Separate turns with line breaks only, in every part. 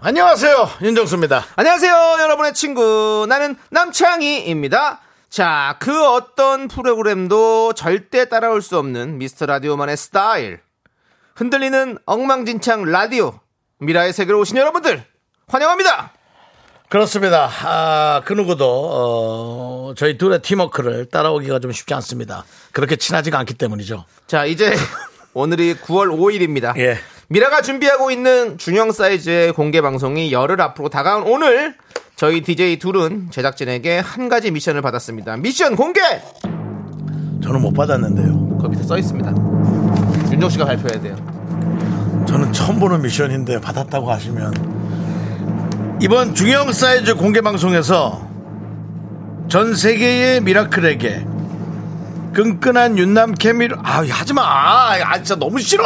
안녕하세요 윤정수입니다
안녕하세요, 여러분의 친구. 나는 남창희입니다. 자, 그 어떤 프로그램도 절대 따라올 수 없는 미스터 라디오만의 스타일. 흔들리는 엉망진창 라디오. 미라의 세계로 오신 여러분들, 환영합니다!
그렇습니다 아, 그 누구도 어, 저희 둘의 팀워크를 따라오기가 좀 쉽지 않습니다 그렇게 친하지가 않기 때문이죠
자, 이제 오늘이 9월 5일입니다.
예.
미라가 준비하고 있는 중형 사이즈의 공개 방송이 열흘 앞으로 다가온 오늘 저희 DJ 둘은 제작진에게 한 가지 미션을 받았습니다. 미션 공개!
저는 못 받았는데요
거기 밑에 써 있습니다. 윤정 씨가 발표해야 돼요.
저는 처음 보는 미션인데 받았다고 하시면 이번 중형 사이즈 공개 방송에서 전 세계의 미라클에게 끈끈한 윤남 케미를 아 하지마 아 진짜 너무 싫어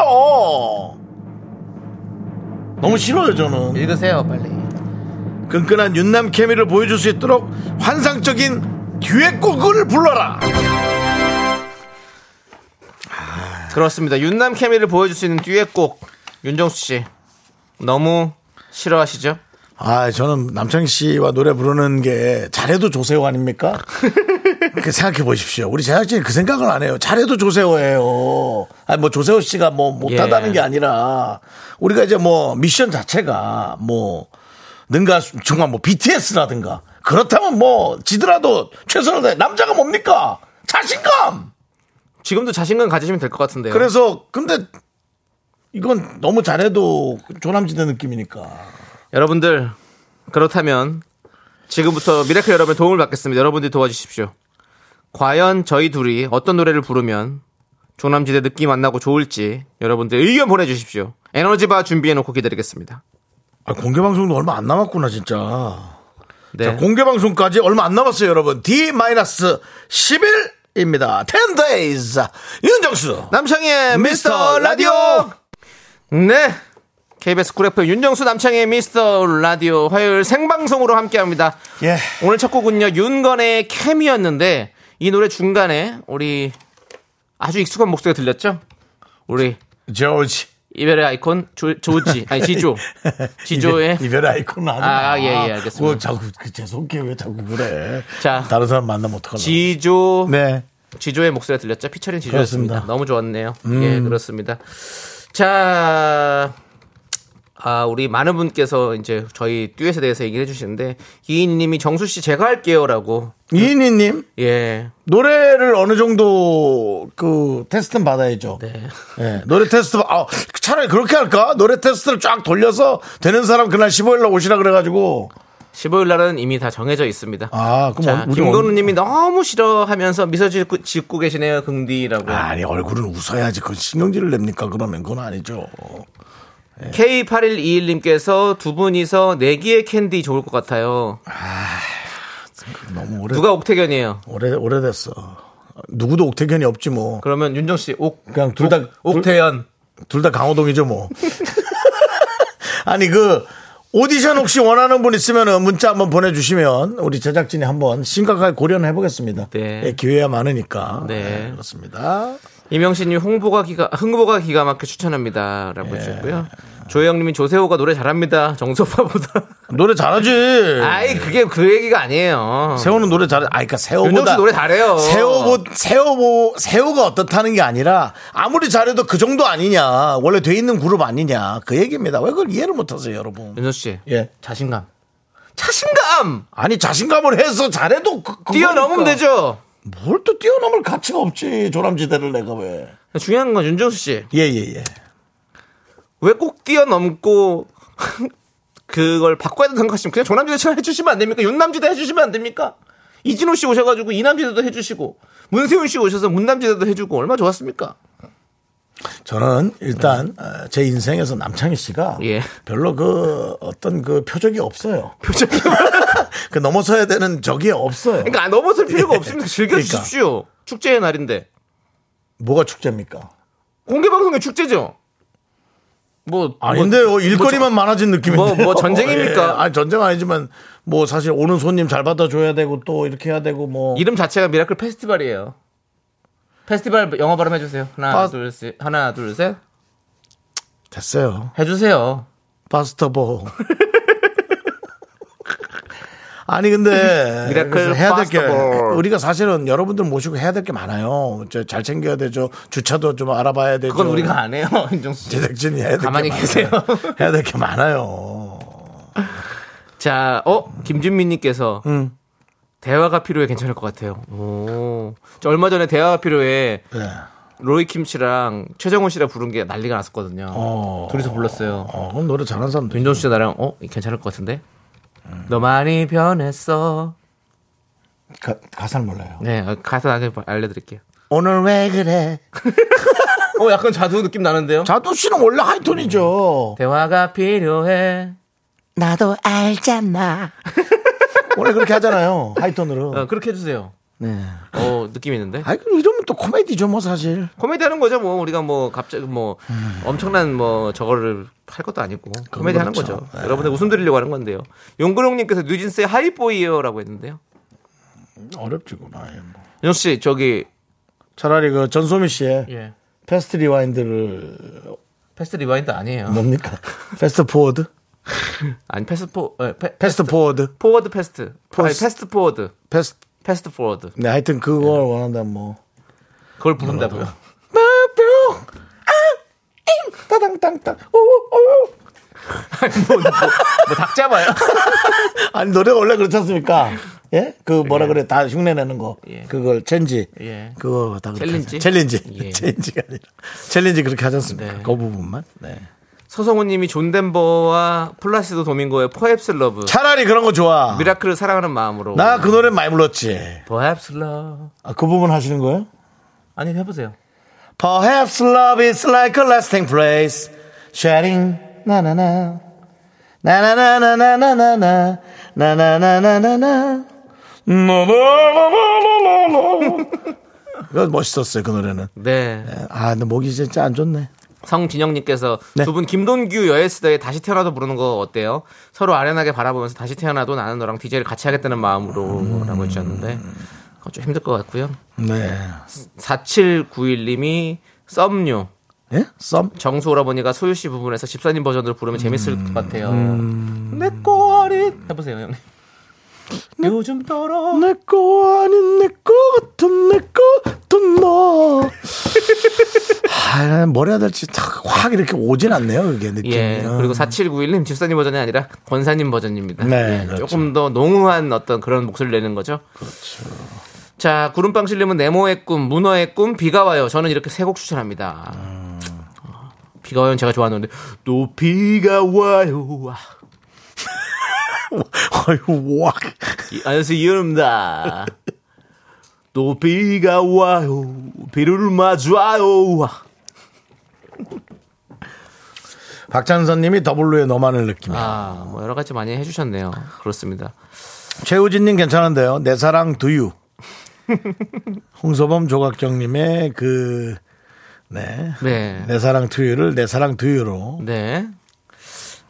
너무 싫어요 저는
읽으세요, 빨리.
끈끈한 윤남 케미를 보여줄 수 있도록 환상적인 듀엣곡을 불러라.
그렇습니다. 윤남 케미를 보여줄 수 있는 듀엣곡 윤정수 씨 너무 싫어하시죠?
아, 저는 남창희 씨와 노래 부르는 게 잘해도 조세호 아닙니까? 그 생각해 보십시오. 우리 제작진이 그 생각을 안 해요. 잘해도 조세호예요. 아니 뭐 조세호 씨가 뭐 못하다는
예.
게 아니라 우리가 이제 뭐 미션 자체가 뭐 능가 정말 뭐 BTS라든가 그렇다면 뭐 지더라도 최선을 다해 남자가 뭡니까? 자신감.
지금도 자신감 가지시면 될 것
예.
같은데요.
그래서 근데 이건 너무 잘해도 조남지대 느낌이니까
여러분들 그렇다면 지금부터 미라클 여러분의 도움을 받겠습니다. 여러분들이 도와주십시오. 과연 저희 둘이 어떤 노래를 부르면 조남지대 느낌 안 나고 좋을지 여러분들 의견 보내주십시오. 에너지바 준비해놓고 기다리겠습니다.
아, 공개 방송도 얼마 안 남았구나 진짜
네.
자, 공개 방송까지 얼마 안 남았어요 여러분 D-10일입니다 10 days 윤정수
남창희의 미스터 라디오. 네. KBS 쿨 FM 윤정수 남창희의 미스터 라디오 화요일 생방송으로 함께합니다.
예.
오늘 첫 곡은요 윤건의 캠이었는데 이 노래 중간에 우리 아주 익숙한 목소리 가 들렸죠? 우리
조지
이별의 아이콘 조, 조지 아니 지조 지조의
이별- 이별의 아이콘 아니야
아, 예, 예, 알겠습니다.
뭐 자꾸 그 죄송해 왜 자꾸 그래
자.
다른 사람 만나면 어떡하나
지조
네
지조의 목소리가 들렸죠? 피처링 지조였습니다.
그렇습니다. 음.
너무 좋았네요. 예, 그렇습니다. 자, 아, 우리 많은 분께서 이제 저희 듀엣에 대해서 얘기를 해주시는데, 이인님이 정수 씨 제가 할게요 라고,
이인희님
예,
노래를 어느 정도 그 테스트는 받아야죠.
네.
예, 노래 테스트, 아, 차라리 그렇게 할까? 노래 테스트를 쫙 돌려서 되는 사람 그날 15일날 오시라 그래가지고.
15일 날은 이미 다 정해져 있습니다.
아, 그럼
자,
우리
김건우 님이 너무 싫어하면서 미소 짓고, 짓고 계시네요, 긍디라고.
아니, 얼굴은 웃어야지. 그건 신경질을 냅니까? 그러면 그건 아니죠. 예.
K8121님께서 두 분이서 내기의 캔디 좋을 것 같아요.
너무 오래,
누가 옥태견이에요?
오래, 오래됐어. 누구도 옥태견이 없지 뭐.
그러면 윤정 씨, 옥,
그냥 둘 다,
옥태연.
둘 다 강호동이죠 뭐. 아니 그 오디션 혹시 원하는 분 있으면 문자 한번 보내주시면 우리 제작진이 한번 심각하게 고려해 보겠습니다. 예,
네.
기회가 많으니까.
네.
네, 그렇습니다.
이명신님 홍보가 기가 흥보가 기가 막혀 추천합니다라고 해주셨고요. 조혜영님이 조세호가 노래 잘합니다. 정소파보다.
노래 잘하지.
아이 그게 그 얘기가 아니에요.
세호는 노래 잘해. 아, 그니까
윤정수
세호보다.
노래 잘해요.
세호보, 세호보, 세호가 어떻다는 게 아니라 아무리 잘해도 그 정도 아니냐. 원래 돼 있는 그룹 아니냐. 그 얘기입니다. 왜 그걸 이해를 못하세요, 여러분.
윤정 씨
예.
자신감. 자신감
아니, 자신감을 해서 잘해도 그, 그거니까.
뛰어넘으면 되죠.
뭘 또 뛰어넘을 가치가 없지 조남지대를 내가 왜?
중요한 건 윤정수 씨 왜 꼭
예예 예.
뛰어넘고 그걸 바꿔야 된다고 하시면 그냥 조남지대처럼 해주시면 안 됩니까? 윤남지대 해주시면 안 됩니까? 이진호 씨 오셔가지고 이남지대도 해주시고 문세윤 씨 오셔서 문남지대도 해주고 얼마 나 좋았습니까?
저는 일단 어, 제 인생에서 남창희 씨가
예.
별로 그 어떤 그 표적이 없어요.
표정이
그 넘어서야 되는 적이 없어요.
그러니까 안 넘어설 필요가 없습니다. 즐겨주십시오. 축제의 날인데
뭐가 축제입니까?
공개 방송의 축제죠. 뭐
아닌데요. 일거리만 많아진 느낌인데요.
뭐- 뭐 전쟁입니까?
예. 아니 전쟁 아니지만 뭐 사실 오는 손님 잘 받아줘야 되고 또 이렇게 해야 되고 뭐
이름 자체가 미라클 페스티벌이에요. 페스티벌 영어 발음 해주세요. 하나
아.
둘 셋. 하나 둘 셋.
됐어요.
해주세요.
바스터보. 아니 근데
미라클
그래서 해야 될 게
바스터볼.
우리가 사실은 여러분들 모시고 해야 될 게 많아요. 저잘 챙겨야 되죠. 주차도 좀 알아봐야 되죠.
그건 우리가 안 해요. 윤정수 씨.
제작진이 해야 될
가만히
게
계세요.
많아요. 해야 될 게 많아요.
자, 어 김준민님께서 대화가 필요해 괜찮을 것 같아요. 오, 저 얼마 전에 대화가 필요해
네.
로이 킴 씨랑 최정훈 씨랑 부른 게 난리가 났었거든요.
어.
둘이서 불렀어요.
어, 그럼 노래 잘하는 사람도 있죠.
윤정수 씨 나랑 어 괜찮을 것 같은데. 너 많이 변했어.
가, 가사를 몰라요.
네 어, 가사 나중에 알려드릴게요.
오늘 왜 그래?
어 약간 자두 느낌 나는데요.
자두 씨는 원래 하이톤이죠.
대화가 필요해.
나도 알잖아.
원래 그렇게 하잖아요. 하이톤으로.
어, 그렇게 해주세요.
네.
어 느낌 있는데.
아이 그럼 이러면 또 코미디죠 뭐 사실.
코미디 하는 거죠 뭐 우리가 뭐 갑자기 뭐 엄청난 뭐 저거를 할 것도 아니고 코미디 하는
그렇죠.
거죠 여러분들 웃음 드리려고 하는 건데요 용근홍님께서 뉴진스의 하이보이어라고 했는데요
어렵지 그나 뭐.
윤씨 저기
차라리 그 전소미 씨의
예
패스트 리와인드를
패스트 리바인드 아니에요
뭡니까? 패스트 포워드?
네. 아니 패스포 예, 패,
패스트 포워드.
포워드 패스트 아니,
포스-
패스트 포워드
패스트.
패스트 포워드
네, 하여튼 그걸 원한다면 뭐.
그걸 부른다고요
아! 따당땅땅. 오오.
뭐, 뭐, 뭐 닭잡아요
아니 노래가 원래 그렇지 않습니까? 예? 그 뭐라 그래 다 흉내 내는 거.
예.
그걸 챌린지.
예.
그거 다 그렇게
챌린지?
하지. 챌린지.
예.
챌린지가 아니라. 챌린지 그렇게 하지 않습니까?
네.
그 부분만. 네.
서성우님이 존덴버와 플라시도 도밍고의 퍼헵스 러브
차라리 그런 거 좋아.
미라클을 사랑하는 마음으로
나 그 노래 많이 불렀지.
퍼헵스 러브
아, 그 부분 하시는 거예요?
아니 해보세요
Perhaps love is like a lasting place. Sharing, 나나나. 나나나나나나나나. 나나나나나나. 나나나나나나. 그거 멋있었어요, 그 노래는.
네
아, 근데 목이 진짜 안 좋네.
성진영님께서
네.
두 분 김동규 여예스더의 다시 태어나도 부르는 거 어때요? 서로 아련하게 바라보면서 다시 태어나도 나는 너랑 DJ를 같이 하겠다는 마음으로라고 해주셨는데 그건 좀 힘들 것 같고요.
네.
4791님이 썸류
예? 썸?
정수 오라버니가 소유 씨 부분에서 집사님 버전으로 부르면 재밌을 것
음.
같아요. 내 꼬리 해보세요 형님. 요즘 떨어
네? 내거 아닌 내거 같은 내거 같은 너. 아, 난 뭐라 해야 될지 탁 확 이렇게 오진 않네요, 그게 느낌이.
예 그리고 4791님 집사님 버전이 아니라 권사님 버전입니다.
네,
예,
그렇죠.
조금 더 농후한 어떤 그런 목소리를 내는 거죠. 그렇죠. 자 구름빵실님은 네모의 꿈, 문어의 꿈, 비가 와요. 저는 이렇게 세 곡 추천합니다.
음.
비가 와요는 제가 좋아하는 건데 또 비가 와요. 아.
아유, 와.
이- 안녕하세요 이은입니다. 또 비가 와요. 비를 맞아요.
박찬선 님이 더블루의 너만을 느끼며.
아뭐 여러 가지 많이 해주셨네요. 그렇습니다.
최우진 님 괜찮은데요. 내 사랑 두유. 홍서범 조각정 님의 그, 네.
네.
내 사랑 두유를 내 사랑 두유로.
네.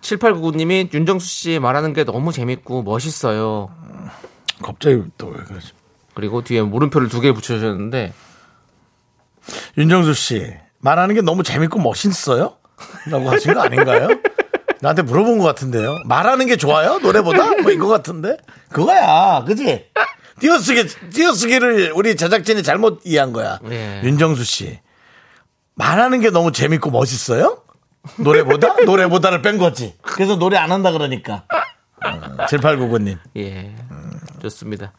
7899님이 윤정수 씨 말하는 게 너무 재밌고 멋있어요.
갑자기 또 왜 그러지?
그리고 뒤에 물음표를 두 개 붙여주셨는데
윤정수 씨, 말하는 게 너무 재밌고 멋있어요? 라고 하신 거 아닌가요? 나한테 물어본 것 같은데요. 말하는 게 좋아요? 노래보다? 뭐 이거 같은데? 그거야. 그지? 띄어쓰기, 띄어쓰기를 우리 제작진이 잘못 이해한 거야.
네.
윤정수 씨, 말하는 게 너무 재밌고 멋있어요? 노래보다? 노래보다를 뺀 거지. 그래서 노래 안 한다 그러니까. 7899님.
예 좋습니다.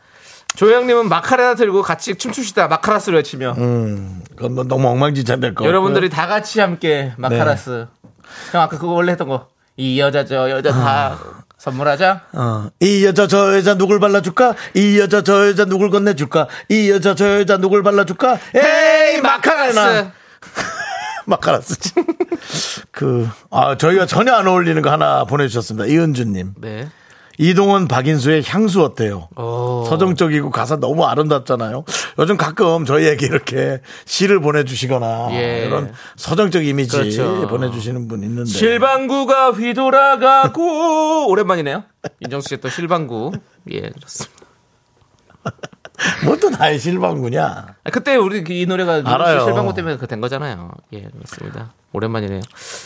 조영님은 마카레나 들고 같이 춤추시다 마카라스를 외치며
그건 뭐 너무 엉망진창 될거
여러분들이 다 같이 함께 마카라스. 형 아까 그거 원래 했던 거 이 여자 저 여자 다 선물하자.
어, 이 여자 저 여자 누굴 발라줄까? 이 여자 저 여자 누굴 건네줄까? 이 여자 저 여자 누굴 발라줄까? 에이 마카레나 마카라스지. 그, 아, 저희가 전혀 안 어울리는 거 하나 보내주셨습니다. 이은주님.
네.
이동원 박인수의 향수 어때요? 서정적이고 가사 너무 아름답잖아요. 요즘 가끔 저희에게 이렇게 시를 보내주시거나
예.
이런 서정적 이미지
그렇죠.
보내주시는 분 있는데
실방구가 휘돌아가고 오랜만이네요. 윤정수 씨의 또 실방구. 예, 그렇습니다.
뭐또 나의 실망구냐?
아, 그때 우리 이 노래가 윤정수 씨
알아요.
실방구 때문에 그 된 거잖아요. 예, 그렇습니다. 오랜만이네요.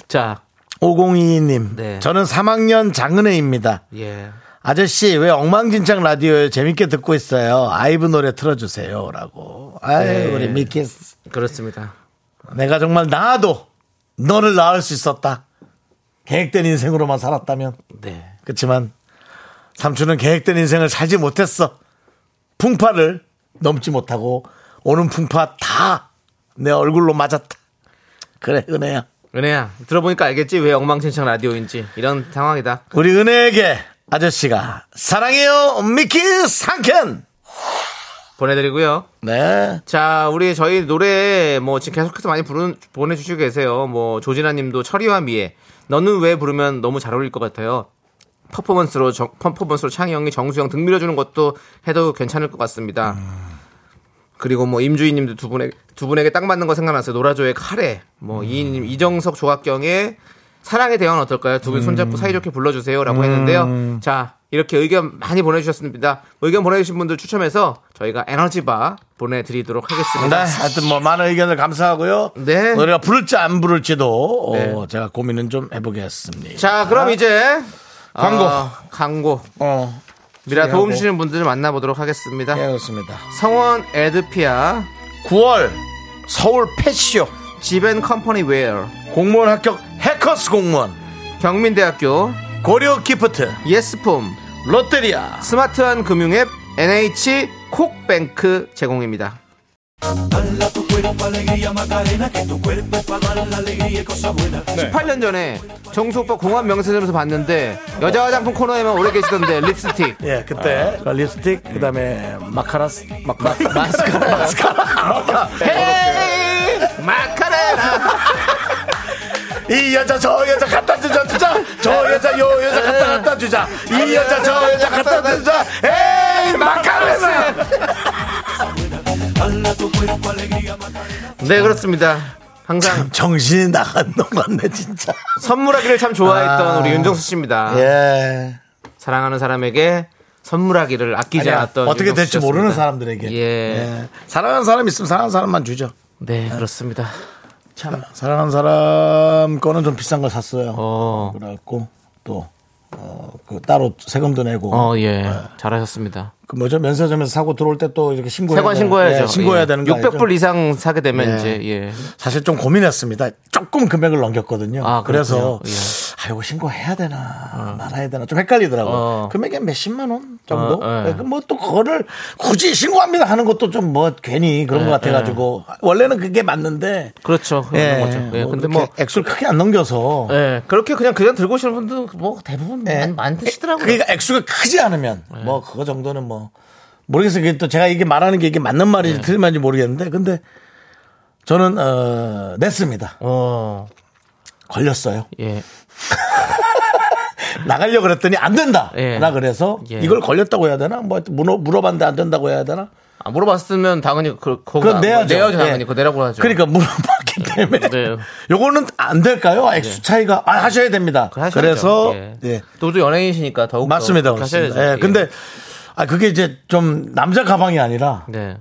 자,
5022님,
네.
저는 3학년 장은혜입니다.
예.
아저씨 왜 엉망진창 라디오에 재밌게 듣고 있어요? 아이브 노래 틀어주세요라고. 아유
네.
우리 미키스,
그렇습니다.
내가 정말 나도 너를 낳을 수 있었다. 계획된 인생으로만 살았다면.
네.
그렇지만 삼촌은 계획된 인생을 살지 못했어. 풍파를 넘지 못하고 오는 풍파 다 내 얼굴로 맞았다. 그래 은혜야.
은혜야, 들어보니까 알겠지? 왜 엉망진창 라디오인지. 이런 상황이다.
우리 은혜에게 아저씨가 사랑해요 미키 상켄.
보내드리고요.
네.
자, 우리 저희 노래 뭐 지금 계속해서 많이 부르, 보내주시고 계세요. 뭐 조진아 님도 철이와 미애. 너는 왜 부르면 너무 잘 어울릴 것 같아요. 퍼포먼스로, 정- 퍼포먼스로 창희 형이 정수영 등 밀어주는 것도 해도 괜찮을 것 같습니다. 그리고 뭐 임주희 님도 두 분에, 두 분에게 딱 맞는 거 생각났어요. 노라조의 카레. 뭐
음.
이인님, 이정석, 조각경의 사랑에 대한 어떨까요? 두 분
음.
손잡고 사이좋게 불러주세요. 라고 했는데요. 자, 이렇게 의견 많이 보내주셨습니다. 뭐 의견 보내주신 분들 추첨해서 저희가 에너지바 보내드리도록
네,
하겠습니다.
하여튼 뭐 많은 의견을 감사하고요.
네.
노래가 부를지 안 부를지도 어,
네.
제가 고민은 좀 해보겠습니다.
자, 그럼 이제
광고.
어, 광고.
어,
미라 도움
소개하고.
주시는 분들을 만나보도록 하겠습니다.
예, 그렇습니다.
성원 에드피아,
9월 서울 패쇼
지벤 컴퍼니 웨어,
공무원 합격 해커스 공무원
경민대학교,
고려 기프트
예스폼,
롯데리아
스마트한 금융앱 NH 콕뱅크 제공입니다. 네. 18년 전에 정수 오빠 공항 명세점에서 봤는데 여자 화장품 코너에만 오래 계시던데 립스틱
예 그때 립스틱 그다음에 마카라스 마카 마스카라 마스카라
헤이 마카레나
이 여자 저 여자 갖다 주자 주자 저 여자 요 여자 갖다 갖다 주자 이 여자 저 여자 갖다 주자 에이 마카라스
네 그렇습니다 항상
정신이 나간 놈 같네 진짜
선물하기를 참 좋아했던
아.
우리 윤정수 씨입니다
예
사랑하는 사람에게 선물하기를 아끼지
아니야,
않았던
어떻게
윤정수
될지 모르는
씨였습니다.
사람들에게 네.
예.
사랑하는 사람 있으면 사랑하는 사람만 주죠
네 그렇습니다 참
사랑하는 사람 거는 좀 비싼 걸 샀어요.
어.
그래갖고 또 어, 그 따로 세금도 내고
어, 예. 잘하셨습니다.
그 뭐죠 면세점에서 사고 들어올 때 또 이렇게 신고해야
세관
되는-
신고해야죠.
예, 신고해야 되는 거
600불
알죠?
이상 사게 되면
예.
이제, 예.
사실 좀 고민했습니다. 조금 금액을 넘겼거든요.
아,
그래서
그렇군요. 예.
아 이거 신고해야 되나 말아야 되나 좀 헷갈리더라고요.
어.
금액이 몇십만 원 정도.
어, 예.
뭐 또 그거를 굳이 신고합니다 하는 것도 좀 뭐 괜히 그런 것 같아가지고 원래는 그게 맞는데
그렇죠. 예, 그런
예,
거죠. 예.
뭐
근데
그렇게
뭐.
액수를 크게 안 넘겨서
예. 그렇게 그냥 그냥 들고 오시는 분들 뭐 대부분 많, 많으시더라고요.
예. 네.
네.
그러니까 액수가 크지 않으면 뭐 그거 정도는 뭐 모르겠어요. 그게 또 제가 이게 말하는 게 이게 맞는 말인지
네.
틀린 말인지 모르겠는데 근데 저는 어 냈습니다.
어.
걸렸어요.
예.
나가려 고 그랬더니 안 된다.
예.
라 그래서
예.
이걸 걸렸다고 해야 되나? 뭐 하여튼 물어 물어봤는데 안 된다고 해야 되나?
아, 물어봤으면 당연히 그, 그거
그건 내야죠.
내야죠. 당연히.
예.
그거 내라고 하죠.
그러니까 물어봤기 때문에
네. 예.
요거는 안 될까요? 액수 차이가 아, 하셔야 됩니다.
그거 하셔야죠.
그래서
예.
예.
또또 연예인이시니까 더욱
맞습니다.
더 그렇게
그렇습니다. 예.
하셔야죠.
근데 아 그게 이제 좀 남자 가방이 아니라
예. 네.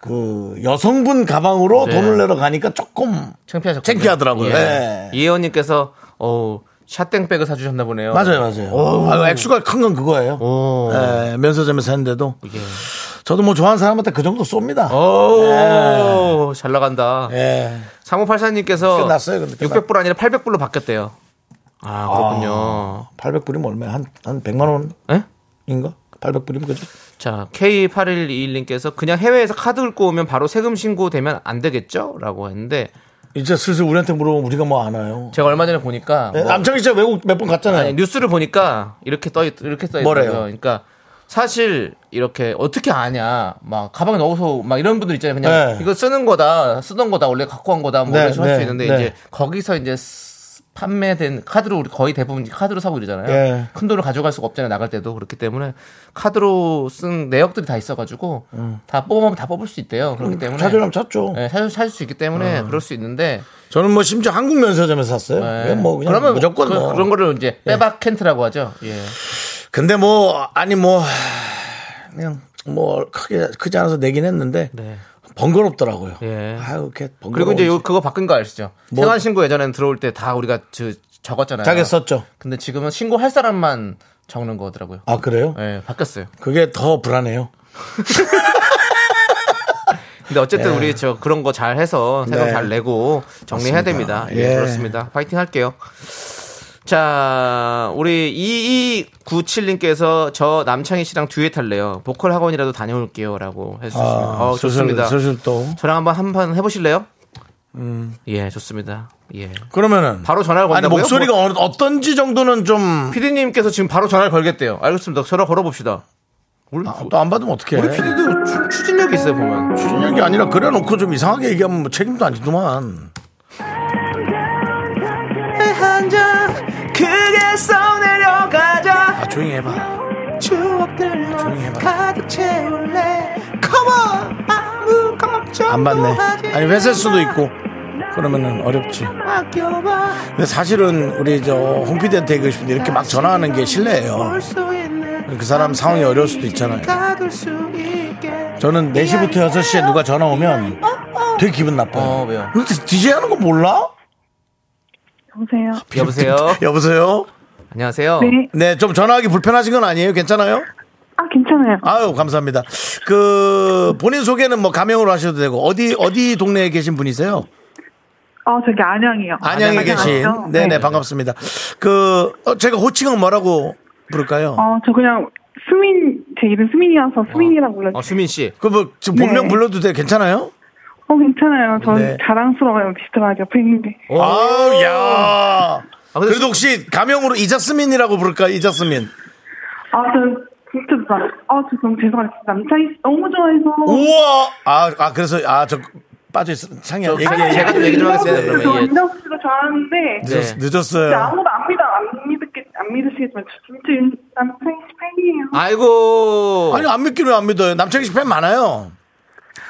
그 여성분 가방으로
네.
돈을 내러 가니까 조금
창피하셨
창피하더라고요. 예.
이혜원님께서 어 샷땡백을 사주셨나 보네요. 어.
맞아요, 맞아요. 아, 액수가 큰 건 그거예요.
오.
예, 면세점에서 했는데도
예.
저도 뭐 좋아하는 사람한테 그 정도 쏩니다.
어. 오, 잘 나간다.
예.
3584님께서
네. 끝났어요, 근데 끝났-
600불 아니라 800불로 바뀌었대요. 아, 그렇군요.
800불이면 얼마야? 한, 한 100만
예?
원인가? 800불이면 그죠?
자, K8121님께서 그냥 해외에서 카드 긁고 오면 바로 세금 신고되면 안 되겠죠? 라고 했는데
이제 슬슬 우리한테 물어보면 우리가 뭐 아나요?
제가 얼마 전에 보니까
예,
뭐- 네,
남창희 씨가 외국 몇 번 갔잖아요.
아니, 뉴스를 보니까 이렇게 떠 있- 이렇게 써 있어요.
네. 뭐래요?
그러니까 사실 이렇게 어떻게 아냐 막 가방에 넣어서 막 이런 분들 있잖아요 그냥
네.
이거 쓰는 거다 쓰던 거다 원래 갖고 간 거다 뭐
네,
이런 식으로 할 수
네,
있는데
네.
이제 거기서 이제 쓰- 판매된 카드로 우리 거의 대부분 이제 카드로 사고 이러잖아요
네.
큰 돈을 가져갈 수가 없잖아요 나갈 때도 그렇기 때문에 카드로 쓴 내역들이 다 있어가지고 다 뽑으면 다 뽑을 수 있대요 그렇기 때문에
음. 찾으려면 찾죠.
네, 찾을, 찾을 수 있기 때문에 그럴 수 있는데
저는 뭐 심지어 한국 면세점에서 샀어요.
네.
그냥 뭐 그냥 무조건
그,
뭐.
런 거를 이제 빼박 캔트라고 하죠 예.
근데 뭐 아니 뭐 그냥 뭐 크게 크지 않아서 내긴 했는데
네.
번거롭더라고요.
예.
아유, 뭐 이렇게 번거로운.
그리고 이제 요 그거 바꾼 거 아시죠?
뭐?
생활신고 예전에는 들어올 때 다 우리가 저, 적었잖아요.
자기 썼죠.
근데 지금은 신고할 사람만 적는 거더라고요.
아 그래요?
예, 바뀌었어요.
그게 더 불안해요.
근데 어쨌든 우리 저 그런 거 잘 해서 세금
예. 네.
잘 내고 정리해야
맞습니다.
됩니다. 예,
예.
그렇습니다. 파이팅 할게요. 자, 우리 2297님께서 저 남창희 씨랑 듀엣 할래요. 보컬 학원이라도 다녀올게요. 라고 해주셨습니다.
아,
어, 좋습니다.
슬슬 또.
저랑 한번 한번 해보실래요? 예, 좋습니다. 예.
그러면은
바로 전화를
아니
건다고요? 뭐
목소리가 어, 어떤지 정도는 좀
피디님께서 지금 바로 전화를 걸겠대요. 알겠습니다. 전화 걸어봅시다. 우리,
아,
뭐
또 안 받으면 어떡해.
우리 피디도 추- 추진력이 있어요, 보면.
추진력이 아니라 그래놓고 좀 이상하게 얘기하면 뭐 책임도 안 지더만.
한장 크게 써내려가자
아 조용히 해봐.
추억들로
조용히 해봐.
가득 채울래 컴온 아무 걱정
안 받네. 아니 회사 수도 있고 그러면은 어렵지.
아껴봐
근데 사실은 우리 저홍 PD한테 얘기하고 싶은데 이렇게 막 전화하는 게 실례예요.
볼수 있는
그 사람 상황이 어려울 수도 있잖아요.
가둘 수 있게
저는 4시부터 6시에 누가 전화 오면 되게 기분 나빠요.
어, 왜요? 어?
근데 DJ 하는 거 몰라?
여보세요.
여보세요
여보세요?
안녕하세요
네.
네, 좀 전화하기 불편하신 건 아니에요? 괜찮아요?
아, 괜찮아요.
아유, 감사합니다. 그, 본인 소개는 뭐 가명으로 하셔도 되고, 어디, 어디 동네에 계신 분이세요?
아, 저기 안양이요.
안양에 계신.
아니죠?
네네,
네.
반갑습니다. 그, 어, 제가 호칭은 뭐라고 부를까요?
어, 저 그냥 수민, 제 이름 수민이어서 수민이라고 불러요.
어, 수민씨
그 뭐, 지금 본명
네.
불러도 돼요? 괜찮아요?
어, 괜찮아요. 전
네.
자랑스러워요. 비슷하게 옆에 있는데.
아우, 야
아, 근데
그래도 혹시 가명으로 이자스민이라고 부를까요? 이자스민.
아, 저 진짜, 나- 아, 저 너무 죄송해요. 남창희 씨 너무 좋아해서.
우와! 아, 아, 그래서, 아, 저 빠져있어. 창이야.
저-
얘기해.
제가 좀 얘기 좀 하겠습니다, 그러면.
저
예.
윤정 씨도 좋아하는데.
네.
늦었어요.
진짜 아무도 안 믿어, 안 믿겠, 안 믿으시겠지만, 저 진짜 윤- 남창희 씨 팬이에요.
아. 아이고
아니 안 믿기는 왜 안 믿어요. 남창희 씨 팬 많아요.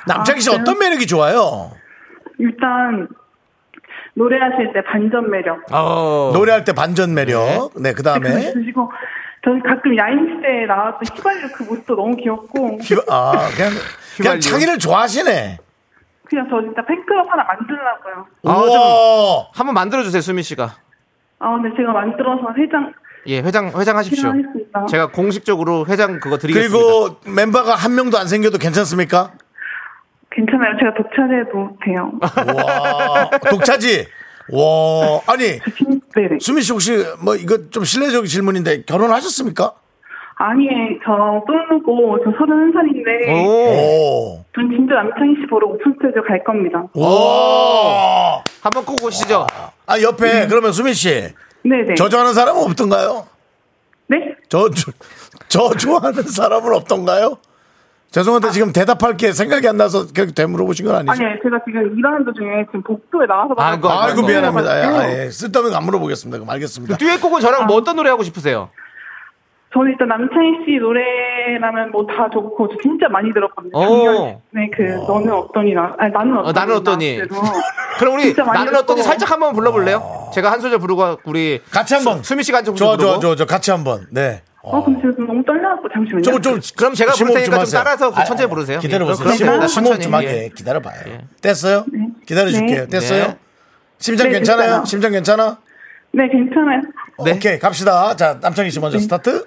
남창희 씨
아, 그래요?
어떤 매력이 좋아요?
일단, 노래하실 때 반전 매력.
어.
노래할 때 반전 매력. 네, 그다음에
드시고 저는 가끔 야인 시대에 나왔던 휘발유 그 모습도 너무 귀엽고
휘- 아 그냥 그냥
휘발유.
창희를 좋아하시네.
그냥 저 진짜 팬클럽 하나 만들려고요.
아,
우와.
한번 만들어주세요 수민씨가
아 근데 제가 만들어서 회장
예 회장 회장 하십시오
필요하겠습니다.
제가 공식적으로 회장 그거 드리겠습니다
그리고 멤버가 한 명도 안 생겨도 괜찮습니까?
괜찮아요. 제가 독차지해도 돼요.
와 독차지. 와 아니
진- 네네.
수민 씨 혹시 뭐 이거 좀 실례적인 질문인데 결혼하셨습니까?
아니 저 솔로고 저 서른
네.
살인데
오.
전 진짜 남창희 씨 보러 오픈 스튜디오 갈 겁니다.
와.
한번 꼭 오시죠
아
음.
옆에 그러면 수민 씨
네네.
저주하는 사람은 없던가요?
네?
저, 저, 저 좋아하는 사람은 없던가요? 죄송한데 지금 대답할 게 생각이 안 나서 그렇게 되물어보신 건 아니죠?
아니 제가 지금 일하는 도중에 지금 복도에 나와서
아이고,
말하고
아이고
있어요.
미안합니다.
그래가지고
아, 예. 쓸데없는 거 안 물어보겠습니다. 그럼 알겠습니다.
듀엣곡은 저랑 뭐 어떤 노래 하고 싶으세요?
저는 일단 남창희 씨 노래라면 뭐 다 좋고 저 진짜 많이 들었거든요.
오.
작년에 그 너는 어떠니 나 아니 나는 어떠니
나는 어떠니.
나왔대도.
그럼 우리
진짜 많이
나는 어떤지
듣고.
살짝 한번 불러볼래요? 제가 한 소절 부르고 우리
같이 한번.
수민 씨가 한 소절
저,
부르고
저, 저, 저 같이 한번. 네.
어 근데 제가 지금 너무 떨려갖고 잠시만요.
조금 좀
그럼 제가 부를
심호흡
테니까 좀
하세요. 아,
따라서 그 천천히 부르세요. 예,
기다려보세요.
그럼
심호흡,
그럼
심호흡
천천히,
좀 하게
예.
기다려봐요. 됐어요? 기다려줄게요.
네.
됐어요?
네.
심장
네,
괜찮아요?
됐어요.
심장 괜찮아?
네 괜찮아요.
네.
오케이 갑시다. 자 남창희 씨 먼저 스타트.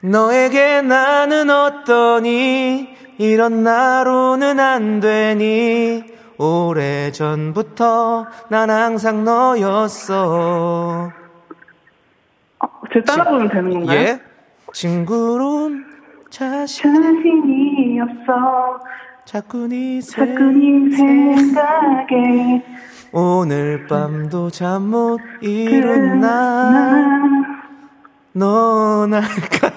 너에게 나는 어떠니 이런 나로는 안 되니 오래 전부터 난 항상 너였어
어, 제 따라 부르면 되는 건가요?
예? 친구론 자신
자신이 없어
자꾸 네 생-
자꾸 네 생각에
오늘 밤도 잠 못
나
일어나 넌 알까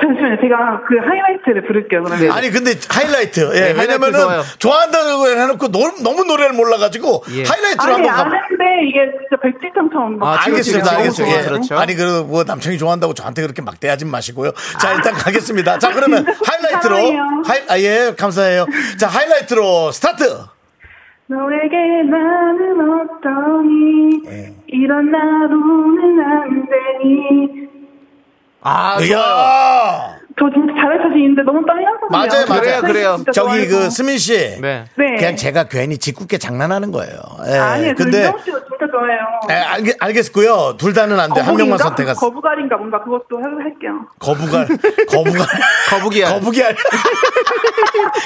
잠시만요. 제가 그 하이라이트를 부를게요. 그러면.
네.
아니 근데 하이라이트. 예.
네, 하이라이트
왜냐면은
좋아요.
좋아한다고 해놓고 노- 너무 노래를 몰라가지고
예.
하이라이트로
아니
한번 가.
아는데 이게 진짜 백지창처럼 막
아, 지금
알겠습니다,
너무
알겠습니다.
좋아요.
예.
그렇죠.
아니 그 뭐 남청이 좋아한다고 저한테 그렇게 막 대하진 마시고요.
아.
자 일단 가겠습니다. 자 그러면 하이라이트로
감사해요.
하이 아예 감사해요. 자 하이라이트로 스타트.
너에게 나는 어떠니
예.
이런 나로는 안 되니
아, 좋아요.
이야
저 진짜 잘할 자신인데 너무 떨려서
맞아요,
그래요,
맞아요.
그래요.
저기 그 스민 씨.
네.
네.
그냥 제가 괜히 짓궂게 장난하는 거예요. 예.
아니에요. 근데
근데
정 씨가 진짜 좋아해요.
예, 알겠, 알겠고요. 둘 다는 안 돼. 네, 한 명만 선택하세요.
거부가린가 뭔가 그것도 해- 할게요.
거부가 거부가
거북이야.
거북이 아니야.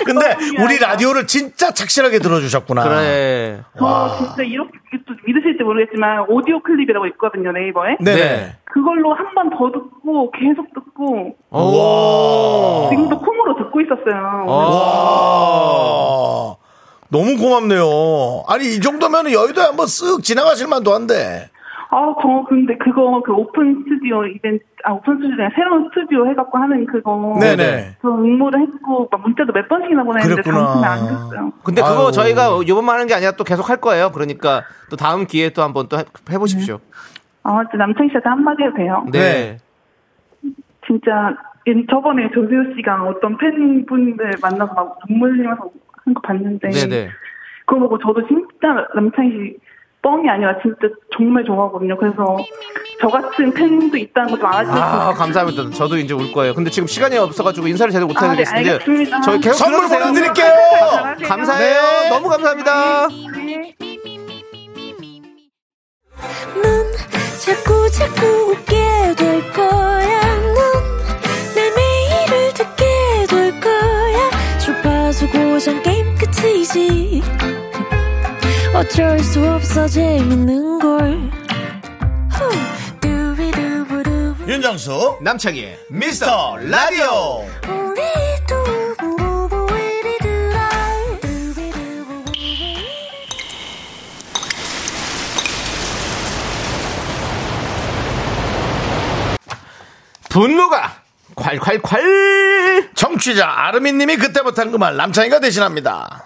근데
거북이야.
우리 라디오를 진짜 착실하게 들어주셨구나.
그래.
저 어, 진짜 이렇게 또 믿으실지 모르겠지만 오디오 클립이라고 있거든요 네이버에.
네.
네.
그걸로 한 번 더 듣고 계속 듣고
와.
지금도 콩으로 듣고 있었어요.
와. 아. 너무 고맙네요. 아니 이 정도면 여의도에 한번 쓱 지나가실 만도 한데.
아, 저 근데 그거 그 오픈 스튜디오 이벤트 아 오픈 스튜디오 아니라 새로운 스튜디오 해갖고 하는 그거
네네.
그 응모를 했고 막 문자도 몇 번씩이나 보냈는데
그랬구나.
당첨이 안 됐어요.
근데 그거
아유.
저희가 요번만 하는 게 아니라 또 계속 할 거예요. 그러니까 또 다음 기회에 또 한번 또 해- 해보십시오.
아, 진짜 남창희 씨한테 한마디 해도 돼요?
네.
진짜 인- 저번에 조세호 씨가 어떤 팬분들 만나서 막 눈물 흘리면서 한 거 봤는데
네, 네.
그거 보고 저도 진짜 남창희 씨 뻥이 아니라 진짜 정말 좋아하거든요. 그래서 저 같은 팬도 있다는 것좀 알아주셨으면
아, 감사합니다. 저도 이제 올 거예요. 근데 지금 시간이 없어가지고 인사를 제대로 못
아, 네,
해드리겠는데
알겠습니다.
저희 계속
선물
들어주세요.
보내드릴게요.
좋겠어요.
감사해요.
네.
너무 감사합니다.
넌 자꾸 자꾸 웃게 될 거야. 넌내 매일을 듣게 될 거야. 주파수 고정 게임 끝이지. 어쩔 수 없어 재밌는 걸. 후. 두비두부두.
윤정수
남창희의
미스터 라디오.
우리 두부부부 우리 두라. 두비두부부.
분노가 콸콸콸!
청취자 아르민님이 그때 못한 그 말 남창이가 대신합니다.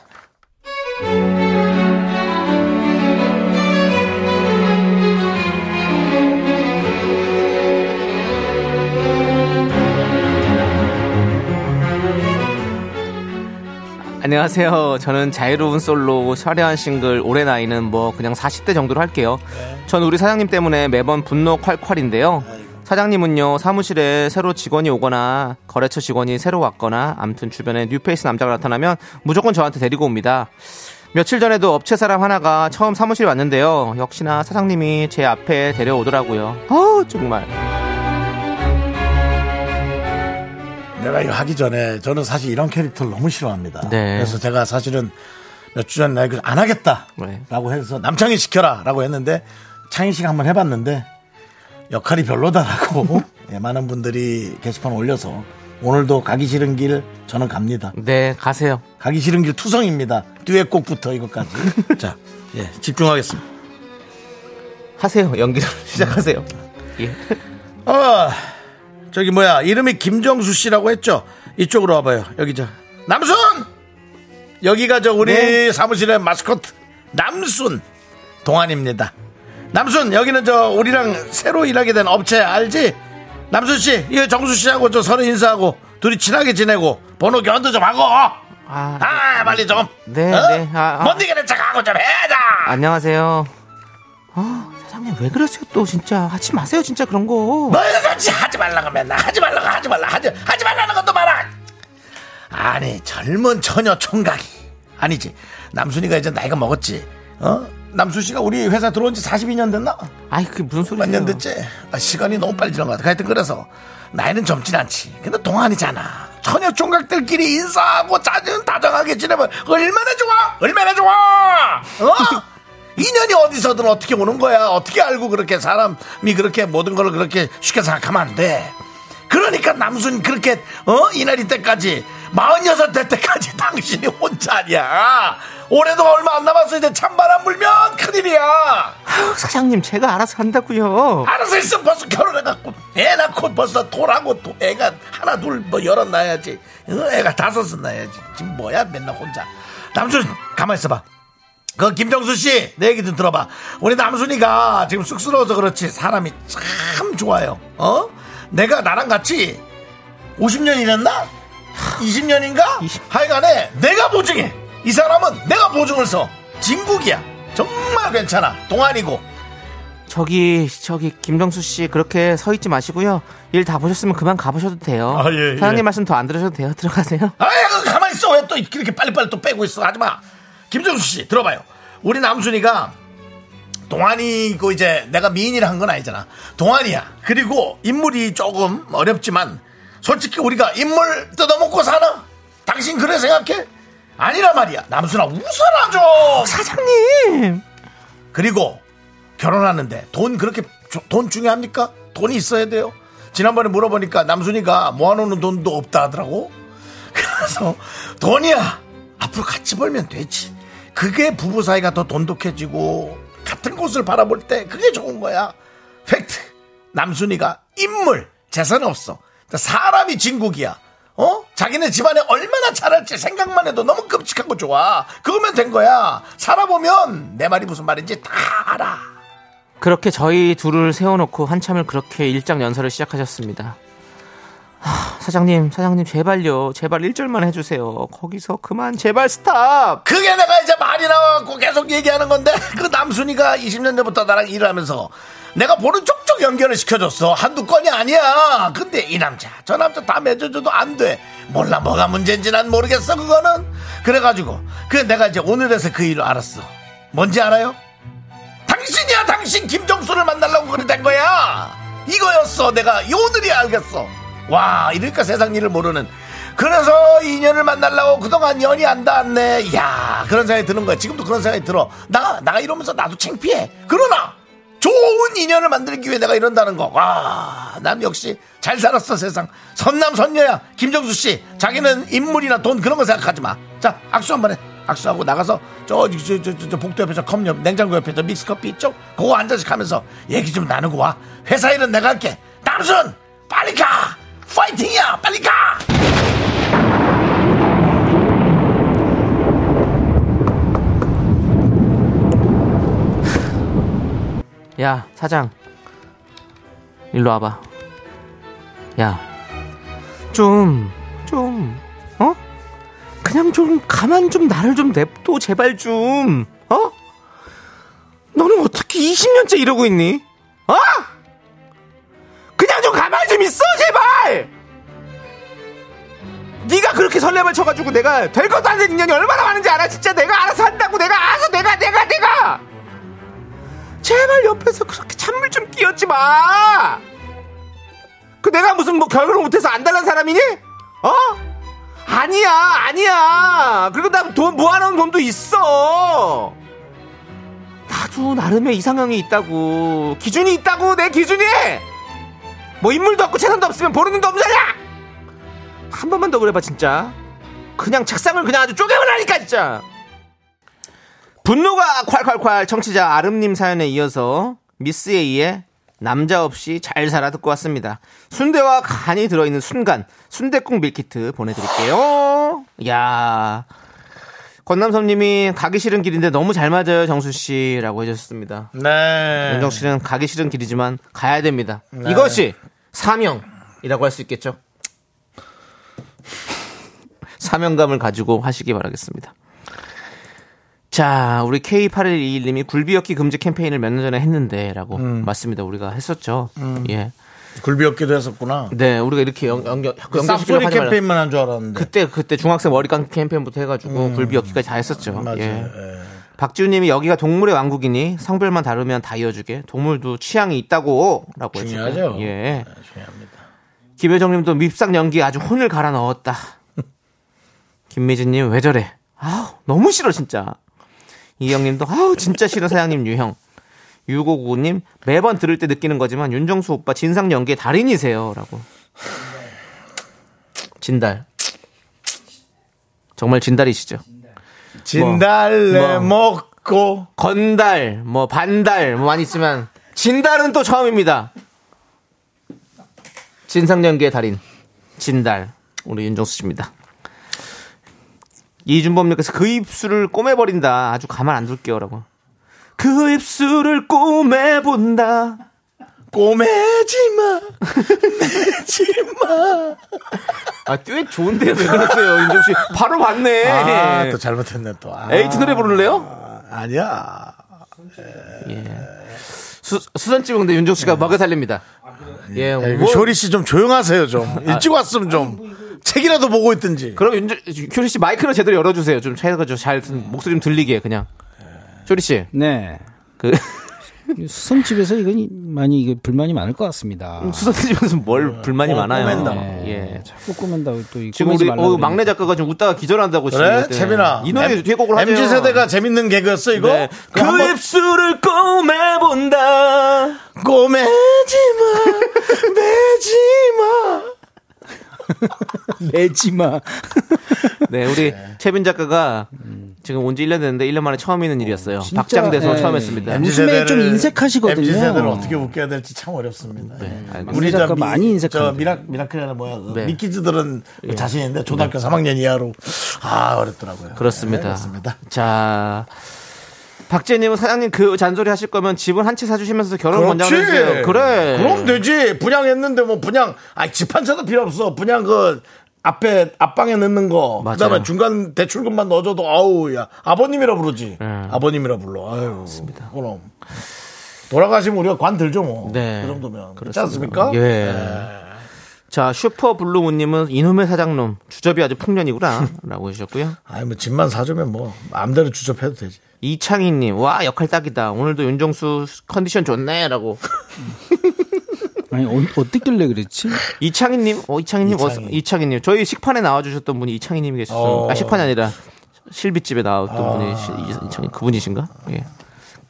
안녕하세요. 저는 자유로운 솔로 화려한 싱글 올해 나이는 뭐 그냥 40대 정도로 할게요. 전 우리 사장님 때문에 매번 분노 콸콸인데요. 사장님은요 사무실에 새로 직원이 오거나 거래처 직원이 새로 왔거나 암튼 주변에 뉴페이스 남자가 나타나면 무조건 저한테 데리고 옵니다. 며칠 전에도 업체 사람 하나가 처음 사무실에 왔는데요. 역시나 사장님이 제 앞에 데려오더라고요. 아 정말.
내가 이거 하기 전에 저는 사실 이런 캐릭터를 너무 싫어합니다.
네.
그래서 제가 사실은 몇 주 전에 이거 안
네.
하겠다라고 해서 남창희 시켜라라고 했는데 창희 씨가 한번 해봤는데 역할이 별로다라고 예, 많은 분들이 게시판 올려서 오늘도 가기 싫은 길 저는 갑니다.
네 가세요.
가기 싫은 길 투성입니다. 듀엣 곡부터 이것까지. 자, 예, 집중하겠습니다.
하세요 연기를 시작하세요. 예.
어, 저기 뭐야 이름이 김정수 씨라고 했죠? 이쪽으로 와봐요. 여기 저 남순 여기가 저 우리
네.
사무실의 마스코트 남순 동안입니다. 남순 여기는 저 우리랑 새로 일하게 된 업체 알지? 남순 씨, 이 정수 씨하고 저 서로 인사하고 둘이 친하게 지내고 번호 교환도 좀 하고.
아,
아, 빨리 좀.
네,
어?
네, 아, 아.
못 이기는 척하고 좀 해라.
안녕하세요. 아, 사장님 왜 그러세요 또 진짜 하지 마세요 진짜 그런 거.
너희는 솔직히 하지 말라고 맨날 하지 말라고 하지 말라 하지 하지 말라는 것도 말아. 아니 젊은 처녀 총각이 아니지 남순이가 이제 나이가 먹었지. 어? 남순 씨가 우리 회사 들어온 지 42년 됐나?
아이 그게 무슨
몇
소리예요?
년 됐지? 아, 시간이 너무 빨리 지난 것 같아. 하여튼 그래서 나이는 젊진 않지. 근데 동안이잖아. 처녀 총각들끼리 인사하고 자주 다정하게 지내면 얼마나 좋아? 얼마나 좋아? 어? 인연이 어디서든 어떻게 오는 거야. 어떻게 알고 그렇게 사람이 그렇게 모든 걸 그렇게 쉽게 생각하면 안 돼. 그러니까 남순 그렇게 어 이날 이때까지 46 될 때까지 당신이 혼자냐? 올해도 얼마 안 남았어 이제 찬바람 불면 큰일이야.
아유, 사장님 제가 알아서 한다고요.
알아서 있어 벌써 결혼해갖고 애 낳고 벌써 돌하고 도- 애가 하나 둘 뭐 열은 나야지 어, 애가 다섯은 나야지 지금 뭐야 맨날 혼자 남순 가만 있어봐 그 김정수 씨 내 얘기 좀 들어봐 우리 남순이가 지금 쑥스러워서 그렇지 사람이 참 좋아요 어 내가 나랑 같이 50년 일했나 20년인가 하여간에 내가 보증해 이 사람은 내가 보증을 서 진국이야 정말 괜찮아 동안이고
저기 저기 김정수 씨 그렇게 서 있지 마시고요. 일 다 보셨으면 그만 가보셔도 돼요.
아, 예, 예.
사장님 말씀 더 안 들으셔도 돼요. 들어가세요.
아야 그 가만히 있어 왜 또 이렇게 빨리빨리 또 빼고 있어 하지마 김정수 씨 들어봐요 우리 남순이가 동안이고 이제 내가 미인이라 한 건 아니잖아 동안이야 그리고 인물이 조금 어렵지만 솔직히 우리가 인물 뜯어먹고 사나 당신 그래 생각해 아니라 말이야 남순아 웃어라 좀
사장님.
그리고 결혼하는데 돈 그렇게 조- 돈 중요합니까? 돈이 있어야 돼요. 지난번에 물어보니까 남순이가 모아놓는 돈도 없다 하더라고. 그래서 돈이야 앞으로 같이 벌면 되지. 그게 부부 사이가 더 돈독해지고 같은 곳을 바라볼 때 그게 좋은 거야. 팩트 남순이가 인물 재산 없어. 사람이 진국이야. 어? 자기네 집안에 얼마나 잘할지 생각만 해도 너무 끔찍하고 좋아. 그거면 된 거야. 살아보면 내 말이 무슨 말인지 다 알아.
그렇게 저희 둘을 세워놓고 한참을 그렇게 일장 연설을 시작하셨습니다. 하, 사장님, 사장님 제발요, 제발 1절만 해주세요. 거기서 그만 제발 스탑.
그게 내가 이제 말이 나와갖고 계속 얘기하는 건데 그 남순이가 20년 전부터 나랑 일을 하면서 내가 보는 쪽쪽 연결을 시켜줬어 한두 건이 아니야 근데 이 남자 저 남자 다 맺어줘도 안 돼 몰라 뭐가 문제인지 난 모르겠어 그거는 그래가지고 그 내가 이제 오늘에서 그 일을 알았어 뭔지 알아요? 당신이야 당신 김정수를 만나려고 그래 된 거야 이거였어 내가 이 오늘이 알겠어 와 이러니까 세상 일을 모르는 그래서 인연을 만나려고 그동안 연이 안 닿았네 야 그런 생각이 드는 거야 지금도 그런 생각이 들어 나, 나 이러면서 나도 창피해 그러나 좋은 인연을 만들기 위해 내가 이런다는 거와난 역시 잘 살았어 세상 선남선녀야 김정수 씨 자기는 인물이나 돈 그런 거 생각하지 마자 악수 한 번 해 악수하고 나가서 저, 저, 저, 저, 저 복도 옆에 저 컵, 옆, 냉장고 옆에 저 믹스커피 있죠? 그거 한 잔씩 하면서 얘기 좀 나누고 와. 회사 일은 내가 할게. 남순! 빨리 가! 파이팅이야! 빨리 가!
야, 사장. 일로 와봐. 야. 좀, 좀, 어? 그냥 좀, 가만 좀, 나를 좀 냅둬, 제발 좀, 어? 너는 어떻게 20년째 이러고 있니? 어? 그냥 좀 가만히 좀 있어, 제발! 네가 그렇게 설렘을 쳐가지고 내가 될 것도 안 된 인연이 얼마나 많은지 알아, 진짜 내가 알아서 한다고, 내가 알아서, 내가, 내가, 내가! 제발 옆에서 그렇게 찬물 좀 끼얹지 마. 그 내가 무슨 뭐 결혼을 못해서 안달난 사람이니? 어? 아니야, 아니야. 그리고 나 돈 모아놓은 돈도 있어. 나도 나름의 이상형이 있다고 기준이 있다고 내 기준이. 뭐 인물도 없고 재산도 없으면 보는 눈도 없잖아. 한 번만 더 그래봐 진짜. 그냥 책상을 그냥 아주 쪼개면 하니까 진짜. 분노가 콸콸콸 청취자 아름님 사연에 이어서 미스 A의 남자 없이 잘 살아 듣고 왔습니다. 순대와 간이 들어있는 순간 순대국 밀키트 보내드릴게요. 야 권남섭님이 가기 싫은 길인데 너무 잘 맞아요 정수 씨라고 해주셨습니다.
네.
윤정 씨는 가기 싫은 길이지만 가야 됩니다. 이것이 사명이라고 할 수 있겠죠. 사명감을 가지고 하시기 바라겠습니다. 자, 우리 K8121님이 굴비역기 금지 캠페인을 몇 년 전에 했는데라고
음.
맞습니다. 우리가 했었죠. 예,
굴비었기도 했었구나.
네, 우리가 이렇게 연, 연결 연결시키려고 하지
쌉소리
말라.
그 캠페인만 한 줄 알았는데.
그때 그때 중학생 머리 감기 캠페인부터 해가지고 굴비역기까지 다 했었죠.
음. 맞아요.
예.
예.
박지우님이 여기가 동물의 왕국이니 성별만 다르면 다 이어주게 동물도 취향이 있다고라고
중요하죠.
해주고 예.
네, 중요합니다.
김효정님도 밉상 연기 아주 혼을 갈아 넣었다. 김미진님 왜 저래? 아우 너무 싫어 진짜. 이영님도 아우 진짜 싫어 사장님 유형. 6599님 매번 들을 때 느끼는 거지만 윤정수 오빠 진상 연기의 달인이세요라고. 진달. 정말 진달이시죠. 뭐,
진달래 먹고.
건달, 뭐 반달, 뭐 많이 있지만 진달은 또 처음입니다. 진상 연기의 달인 진달 우리 윤정수 씨입니다. 이준범님께서 그 입술을 꼬매버린다. 아주 가만 안 둘게요라고. 그 입술을 꼬매본다.
꼬매지마 매지마
아, 듀엣 좋은데 왜 그러세요, 윤정 씨? 바로 봤네.
아또 잘못했네 또 아,
에이트 노래 부를래요?
아니야
수, 수산집은 근데 윤정 씨가 먹여 살립니다. 예,
야, 이거
뭐-
쇼리 씨 좀 조용하세요 좀 일찍 왔으면 좀 책이라도 보고 있든지
그럼 윤정, 효리 씨 마이크를 제대로 열어주세요. 좀 차이가 좀잘 목소리 좀 들리게 그냥. 효리 씨,
네.
그
수성집에서 이건 이- 많이 이게 불만이 많을 것 같습니다.
음,
네.
수산집에서
네.
뭘
어,
불만이 많아요.
꼬맨다.
예.
자꾸 꾸면다고 또 이-
지금
꾸미지
우리
말라고 그러니까.
어, 막내 작가가 지금 웃다가 기절한다고 지금.
그래
그때.
재민아
네. 이 노래 뒤곡을 하죠.
MZ 세대가 재밌는 개그였어 이거
네. 그
그럼 한번
입술을 꼬매본다.
꼬매지마 매지마
내지마.
네, 우리 최빈 작가가 지금 온 지 1년 됐는데 1년 만에 처음 있는 일이었어요.
진짜,
박장돼서
예.
처음 했습니다.
네.
예. 요즘에 좀 인색하시거든요.
MZ 세대를 어떻게 웃겨야 될지 참 어렵습니다. 네.
알겠습니다.
우리 작가 많이 인색합니다.
저 미라 미라클이나 뭐야 그
네.
미키즈들은 자신인데 초등학교 3학년 이하로 아 어렵더라고요.
그렇습니다.
네, 그렇습니다.
자. 박재님은 사장님 그 잔소리 하실 거면 집은 한 채 사주시면서 결혼 권장을 해주세요. 그래.
그럼 되지. 분양했는데 뭐 분양 아니 집 한 채도 필요 없어. 분양 그 앞에 앞방에 넣는 거.
맞아요.
그다음에 중간 대출금만 넣어줘도 아우 야 아버님이라 부르지.
예.
아버님이라 불러. 아유. 맞습니다. 그럼 돌아가시면 우리가 관 들죠 뭐.
네.
그 정도면 그렇지
그렇습니다.
않습니까?
예. 자, 슈퍼블루무님은 이놈의 사장놈, 주접이 아주 풍년이구나. 라고 해주셨고요.
아니 뭐 집만 사주면 뭐 마음대로 주접해도 되지.
이창희님, 와, 역할 딱이다. 오늘도 윤정수 컨디션 좋네. 라고.
아니 어, 어떻길래 그랬지?
이창희님, 어, 이창희님, 어서-
이창희.
이창희님. 저희 식판에 나와주셨던 분이 이창희님이 계셨어요.
어.
아, 식판이 아니라 실비집에 나왔던
아.
분이 시- 이- 이창희, 그분이신가? 예.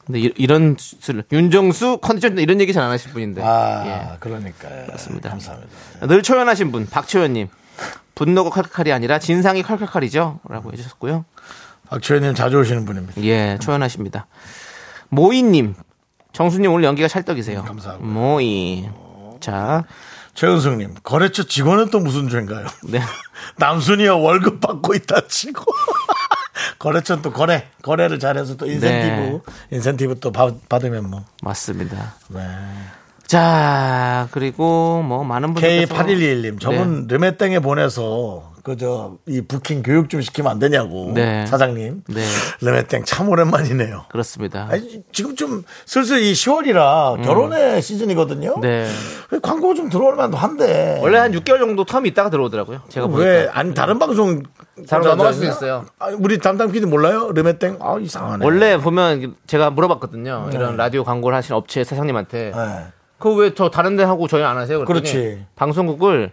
근데 이, 런 윤정수 컨디션 좋다 이런 얘기 잘 안 하실 분인데.
아 그러니까.
예. 맞습니다.
감사합니다.
예. 늘 초연하신 분, 박초연님. 분노가 칼칼칼이 아니라 진상이 칼칼칼이죠. 라고 해주셨고요.
박지현님 자주 오시는 분입니다.
예, 초연하십니다. 모이님. 정수님 오늘 연기가 찰떡이세요.
감사합니다.
모이. 자,
최은숙님 거래처 직원은 또 무슨 죄인가요?
네.
남순이야 월급 받고 있다 치고 거래처는 또 거래 거래를 잘해서 또
네.
인센티브 인센티브 또 받, 받으면 뭐
맞습니다.
네.
자, 그리고 뭐 많은 분들.
K8121님 저분
네.
르메땡에 보내서 그저 이 부킹 교육 좀 시키면 안 되냐고
네.
사장님
네.
르메땡 참 오랜만이네요.
그렇습니다. 예.
아니, 지금 좀 슬슬 이 10월이라 결혼의 시즌이거든요.
음. 네.
광고 좀 들어올 만도 한데
원래 한 6개월 정도 텀이 있다가 들어오더라고요. 제가
왜
보니까. 네.
아니 다른 방송
다른 넘어갈 수도
아니야?
있어요.
아니, 우리 담당 PD 몰라요? 르메땡 아 이상하네.
원래 보면 제가 물어봤거든요. 이런 라디오 광고를 하신 업체 사장님한테.
네.
그 왜 저 다른 데 하고 저희 안 하세요? 그랬더니
그렇지.
방송국을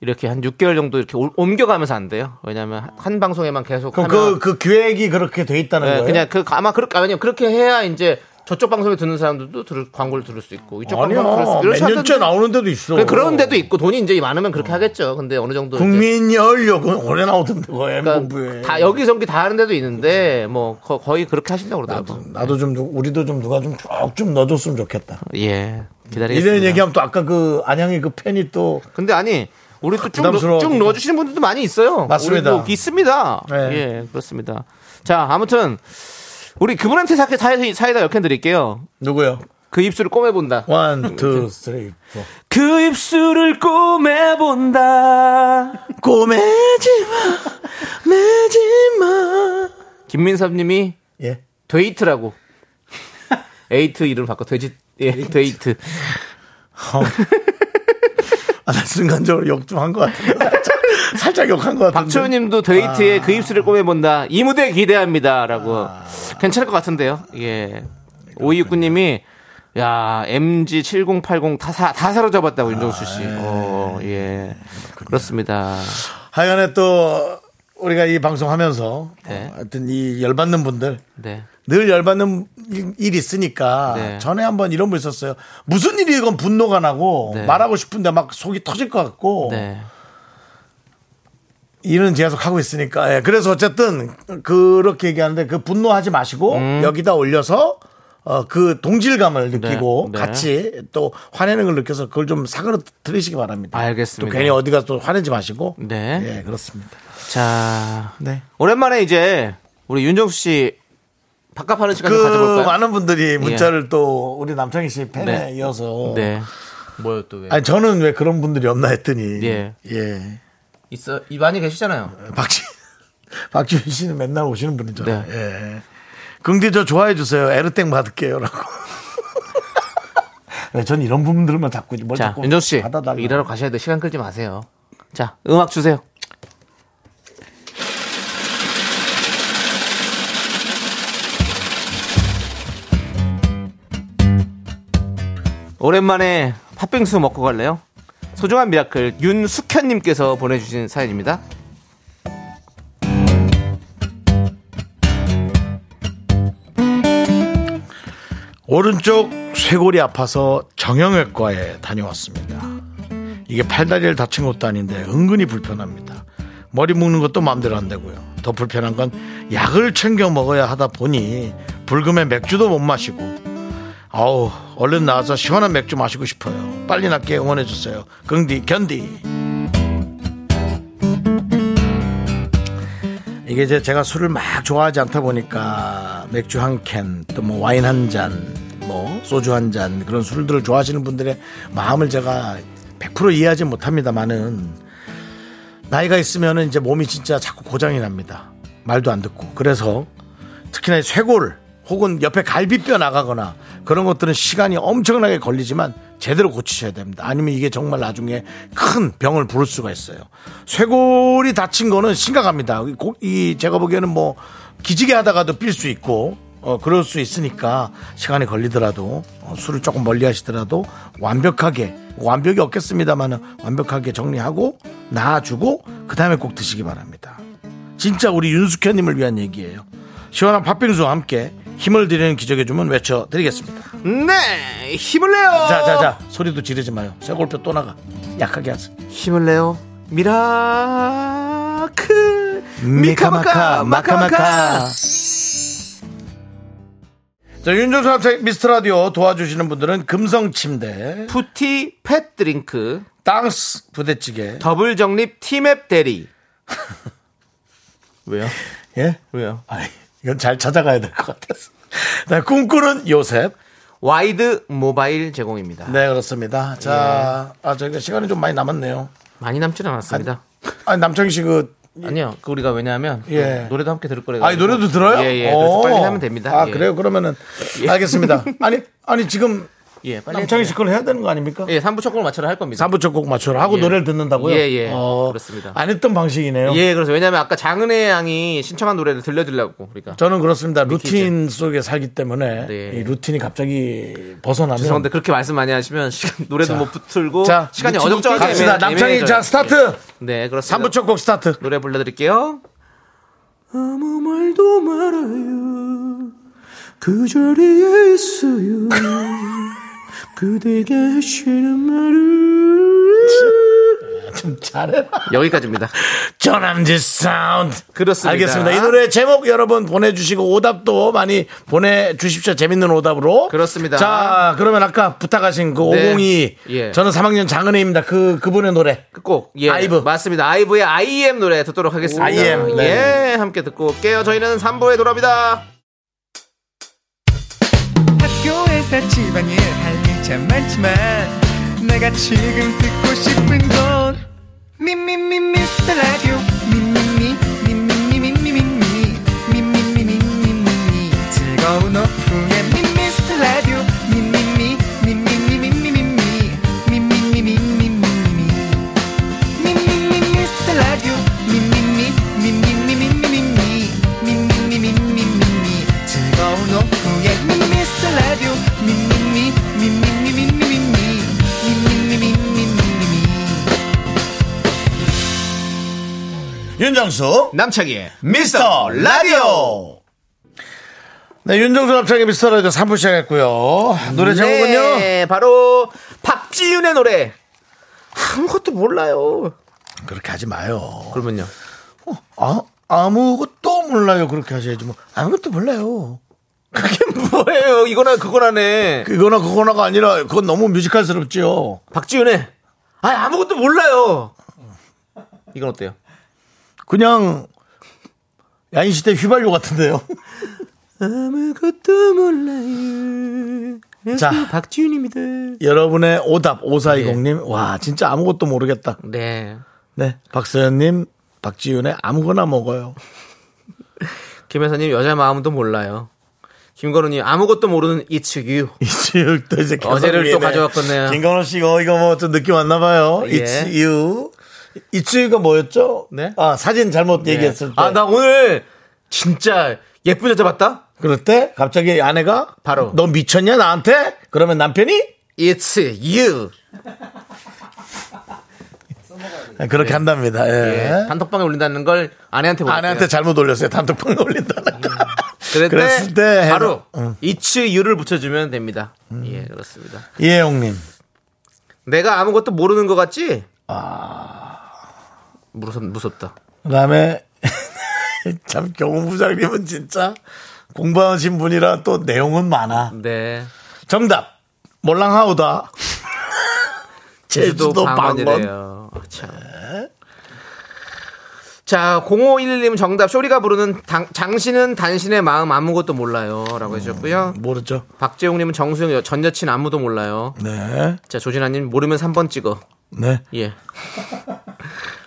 이렇게 한 6개월 정도 이렇게 올- 옮겨가면서 안 돼요. 왜냐하면 한 방송에만 계속
그럼
하면
그, 그 기획이 그렇게 돼 있다는
네,
거예요?
그냥 그 아마 그렇게 아니요 그렇게 해야 이제 저쪽 방송에 듣는 사람들도 들을, 광고를 들을 수 있고 이쪽
아니야.
방송 들을 수 있고
몇 년째
하던데.
나오는 데도 있어.
그래, 그런 데도 있고 돈이 이제 많으면 그렇게 하겠죠. 근데 어느 정도 이제
국민 연료는 오래 나오던데, 그
그러니까
M본부에.
다 여기저기 다 하는 데도 있는데 뭐 거, 의 그렇게 하신다고 그러더라고.
나도 좀, 누- 우리도 좀 누가 좀 쭉 좀 넣어줬으면 좋겠다.
예. 기다리겠습니다.
이런 얘기하면 또 아까 그 안양의 그 팬이 또
근데 아니 우리 또쭉
부담스러워.
쭉 넣어주시는 분들도 많이 있어요.
맞습니다.
우리도 있습니다.
네.
예, 그렇습니다. 자, 아무튼 우리 그분한테 사이 사이 사이다 역행 드릴게요.
누구요?
그 입술을 꼬매본다.
원,
음,
투, 쓰리, 포.
그 입술을 꼬매본다.
꼬매지마, 매지마.
김민섭님이
예.
데이트라고. 에이트 이름 바꿔 돼지 예, 데이트. 어.
아, 나 순간적으로 욕 좀 한 것 같은데. 살짝, 살짝 욕한 것 같은데. 아.
박초우님도 데이트에 그 입술을 꼬매본다. 이 무대 기대합니다라고
아.
괜찮을 것 같은데요. 예. 오이육구님이 야 MG 7080 다사 다 사로잡았다고 윤정수
아,
씨. 어, 예. 그렇습니다.
하여간에 또 우리가 이 방송하면서
네.
어, 하여튼 이 열받는 분들
네.
늘 열받는 일- 일이 있으니까
네.
전에 한번 이런 거 있었어요. 무슨 일이건 분노가 나고
네.
말하고 싶은데 막 속이 터질 것 같고
네.
일은 계속 하고 있으니까 예, 그래서 어쨌든 그렇게 얘기하는데 그 분노하지 마시고 여기다 올려서 어, 그 동질감을 느끼고
음. 네.
같이 또 화내는 걸 느껴서 그걸 좀 사그러뜨리시기 바랍니다.
알겠습니다.
또 괜히 어디 가서 또 화내지 마시고.
네.
예, 그렇습니다.
자,
네.
오랜만에 이제 우리 윤정수 씨 바깥 하는 시간 좀
그
가져볼까요? 예.
많은 분들이 문자를 또 우리 남창희 씨 팬에
네.
이어서
네. 뭐요 또 왜?
아니 저는 왜 그런 분들이 없나 했더니
예.
예.
있어 이 많이 계시잖아요.
박지 박지윤 씨는 맨날 오시는 분이잖아요.
네.
예. 긍디 저 좋아해 주세요. 에르땡 받을게요라고. 네, 전 이런 부분들만 자꾸 뭘
자,
자꾸
윤정수 씨
받아달라.
일하러 가셔야 돼. 시간 끌지 마세요. 자, 음악 주세요. 오랜만에 팥빙수 먹고 갈래요? 소중한 미라클 윤숙현님께서 보내주신 사연입니다.
오른쪽 쇄골이 아파서 정형외과에 다녀왔습니다. 이게 팔다리를 다친 것도 아닌데 은근히 불편합니다. 머리 묶는 것도 마음대로 안 되고요. 더 불편한 건 약을 챙겨 먹어야 하다 보니 불금에 맥주도 못 마시고 아우 얼른 나와서 시원한 맥주 마시고 싶어요. 빨리 낫게 응원해 주세요. 긍디 견디. 이게 이제 제가 술을 막 좋아하지 않다 보니까 맥주 한 캔, 또 뭐 와인 한 잔, 뭐 소주 한 잔 그런 술들을 좋아하시는 분들의 마음을 제가 100% 이해하지 못합니다만은 나이가 있으면은 이제 몸이 진짜 자꾸 고장이 납니다. 말도 안 듣고. 그래서 특히나 이 쇄골 혹은 옆에 갈비뼈 나가거나 그런 것들은 시간이 엄청나게 걸리지만 제대로 고치셔야 됩니다. 아니면 이게 정말 나중에 큰 병을 부를 수가 있어요. 쇄골이 다친 거는 심각합니다. 이 고- 이 제가 보기에는 뭐 기지개 하다가도 삘 수 있고 어, 그럴 수 있으니까 시간이 걸리더라도 어, 술을 조금 멀리 하시더라도 완벽하게 완벽이 없겠습니다만 완벽하게 정리하고 나아주고 그 다음에 꼭 드시기 바랍니다. 진짜 우리 윤숙현님을 위한 얘기예요. 시원한 팥빙수와 함께 힘을 드리는 기적의 주문 외쳐드리겠습니다.
네, 힘을 내요.
자, 자, 자. 소리도 지르지 마요. 쇠골뼈 또 나가. 약하게 하세요.
힘을 내요. 미라클
미카마카,
미카마카
마카마카.
마카마카.
자, 윤정수 한테 미스터 라디오 도와주시는 분들은 금성 침대,
푸티 팻 드링크
땅스 부대찌개.
더블 정립 티맵 대리. 왜요?
예?
왜요?
아니, 이건 잘 찾아가야 될 것 같아서. 네, 꿈꾸는 요셉.
와이드 모바일 제공입니다.
네, 그렇습니다. 자,
예.
아, 저희가 시간이 좀 많이 남았네요.
많이 남지는 않았습니다.
아니, 남창희 씨 그,
아니요. 그 우리가 왜냐하면 그
예.
노래도 함께 들을 거래요.
아니, 노래도 들어요?
예, 예. 그래서
오.
빨리 하면 됩니다.
아,
예.
그래요? 그러면은, 알겠습니다. 아니, 아니, 지금,
예, 빨리
남창희
남창희
씨 그걸 해야 되는 거 아닙니까?
예, 3부 첫 곡을 맞춰라 할 겁니다.
3부 첫곡 맞춰라 하고
예.
노래를 듣는다고요?
예, 예.
어,
그렇습니다.
안 했던 방식이네요.
예, 그래서 왜냐하면 아까 장은혜 양이 신청한 노래를 들려드리려고 그러니까. 우리가
저는 그렇습니다. 루틴 속에 살기 때문에
네.
이 루틴이 갑자기 벗어나면
죄송한데 그렇게 말씀 많이 하시면 시간 노래도
자.
못 붙들고
자,
시간이
루틴
어정쩡하게
갑시다.
애매-
남창희
애매해져요.
자 스타트.
예. 네, 그렇습니다.
3부 첫 곡 스타트.
노래 불러드릴게요. 아무 말도 말아요. 그 자리에 있어요. 그대가 하시는 말을.
좀 잘해.
여기까지입니다.
전함지 사운드.
그렇습니다.
알겠습니다. 이 노래 제목 여러분 보내주시고 오답도 많이 보내주십시오. 재밌는 오답으로.
그렇습니다.
자, 그러면 아까 부탁하신 그
네.
502.
예.
저는 3학년 장은혜입니다. 그, 그분의 노래.
꼭 예,
아이브.
맞습니다. 아이브의 IM 노래 듣도록 하겠습니다.
I am, 네.
예, 함께 듣고 올게요. 저희는 3부에 돌아옵니다.
학교에서 집안일 할 일 참 많지만 내가 지금 듣고 싶은 건 미미미 미스터 라디오 미미미 미미미 미미미 미미미 미미미 즐거운 오후에 예, 미스터 라디오 미미미 미미미 미미미 미미미 미미미 미미미 미스터 라디오 미미미 미미미 미미미 미미미 미미미 즐거운 오후에 예, 미스터 라디오 미미미 미미미 미미미 미미미
윤정수.
남창희의
미스터 라디오. 네, 윤정수 남창의 미스터 라디오 3부 시작했고요. 노래 제목은요.
네, 바로 박지윤의 노래. 아무것도 몰라요.
그렇게 하지 마요.
그러면요.
아, 아무것도 몰라요. 그렇게 하셔야지. 뭐, 아무것도 몰라요.
그게 뭐예요? 이거나 그거나네.
그거나 그거나가 아니라 그건 너무 뮤지컬스럽지요.
박지윤의 아 아무것도 몰라요. 이건 어때요?
그냥 야인시대 휘발유 같은데요.
아무것도 몰라요.
자.
박지윤입니다.
여러분의 오답 5420님 와 진짜 아무것도 모르겠다.
예. 네.
네 박서연님 박지윤의 아무거나 먹어요.
김혜선님 여자 마음도 몰라요. 김건우님 아무것도 모르는 이츠유.
이지율 또 이제 개선
어제를 또
위네.
가져왔겠네요.
김건호 씨 이거 이거 뭐 좀 느낌 왔나 봐요.
예.
It's you. It's you가 뭐였죠?
네?
아 사진 잘못 얘기했을 때.
아 나 오늘 진짜 예쁜 여자 봤다.
그럴 때 갑자기 아내가
바로. 예.
너 미쳤냐 나한테? 그러면 남편이
이츠유.
그렇게 한답니다. 예.
예. 단톡방에 올린다는 걸 아내한테 보냈어요. 음.
아내한테 잘못 올렸어요. 단톡방에 올린다는 거.
그랬을
그랬을 때
때 음.
해도-
바로
응.
이츠유를 붙여주면 됩니다. 예 그렇습니다.
이혜영님.
내가 아무것도 모르는 것 같지? 아. 무섭, 무섭다.
그다음에 참 경호 부장님은 진짜 공부하신 분이라 또 내용은 많아.
네.
정답 몰랑하우다. 제주도 방언.
방언이래요. 아, 참. 자, 0511님 정답. 쇼리가 부르는 당- 장신은 단신의 마음 아무것도 몰라요.
음.
라고 해주셨고요.
모르죠.
박재웅님은 정수영 여- 전 여친 아무도 몰라요.
네,
자, 조진아님 모르면 3번 찍어.
네.
예.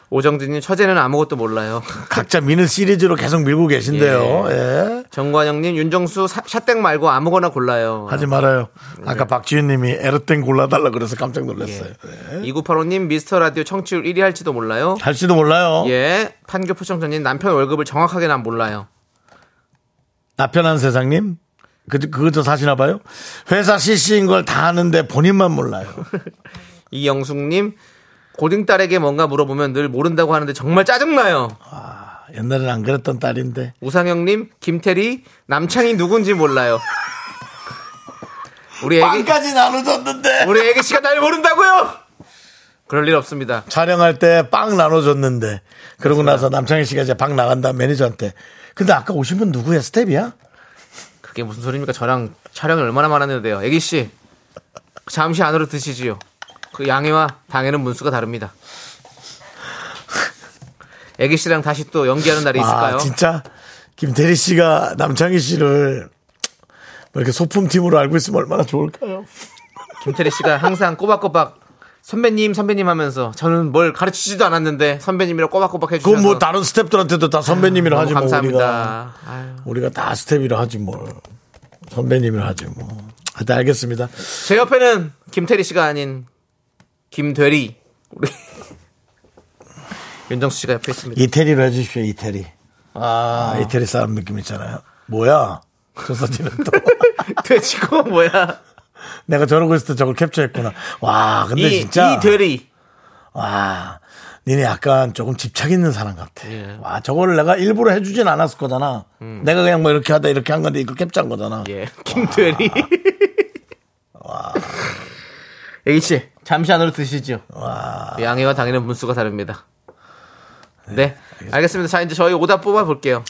오정진님 처제는 아무것도 몰라요.
각자 미는 시리즈로 계속 밀고 계신데요. 예.
정관영님 윤정수 사- 샷땡 말고 아무거나 골라요.
하지 말아요. 아까
예.
박지윤님이 에르땡 골라달라 그래서 깜짝 놀랐어요. 네.
2985님 미스터 라디오 청취율 1위 할지도 몰라요.
할지도 몰라요.
예, 판교 포청전님 남편 월급을 정확하게 난 몰라요.
나편한 세상님. 그, 그것도 사시나 봐요? 회사 CC인 걸 다 아는데 본인만 몰라요.
이영숙님 고딩 딸에게 뭔가 물어보면 늘 모른다고 하는데 정말 짜증나요.
옛날엔 안 그랬던 딸인데.
우상영님 김태리 남창이 누군지 몰라요. 우리 애기
빵까지 나눠줬는데.
우리 애기 씨가 날 모른다고요? 그럴 일 없습니다.
촬영할 때 빵 나눠줬는데. 그러고 나서 남창희 씨가 이제 빵 나간다 매니저한테. 근데 아까 오신 분 누구야? 스텝이야?
그게 무슨 소리입니까? 저랑 촬영을 얼마나 많았는데요. 애기 씨 잠시 안으로 드시지요. 그 양해와 당해는 문수가 다릅니다. 애기 씨랑 다시 또 연기하는 날이 있을까요?
아, 진짜? 김태리 씨가 남창희 씨를 뭐 이렇게 소품팀으로 알고 있으면 얼마나 좋을까요?
김태리 씨가 항상 꼬박꼬박 선배님 선배님 하면서 저는 뭘 가르치지도 않았는데 선배님이라 꼬박꼬박 해주셔서
그건 뭐 다른 스텝들한테도 다 선배님이라
너무
하지 뭐 우리가.
감사합니다. 아유,
우리가 다 스텝이라 하지 뭘 선배님이라 하지 뭐 하여튼 알겠습니다
제 옆에는 김태리 씨가 아닌 김대리 우리 윤정수 씨가 옆에 있습니다.
이태리로 해주십시오 이태리 아, 이태리 사람 느낌 있잖아요 뭐야 조사진은 또
돼지고 뭐야?
내가 저러고 있을 때 저걸 캡처했구나 와 근데
이,
진짜
이 대리
와 니네 약간 조금 집착 있는 사람 같아
예. 음.
와 저거를 내가 일부러 해주진 않았을 거잖아 내가 그냥 뭐 이렇게 하다 이렇게 한 건데 이걸 캡처한 거잖아
예 김대리 애기 씨 잠시 안으로 드시죠.
와
양해와 당해는 문수가 다릅니다. 네 알겠습니다. 자 이제 저희 오답 뽑아 볼게요.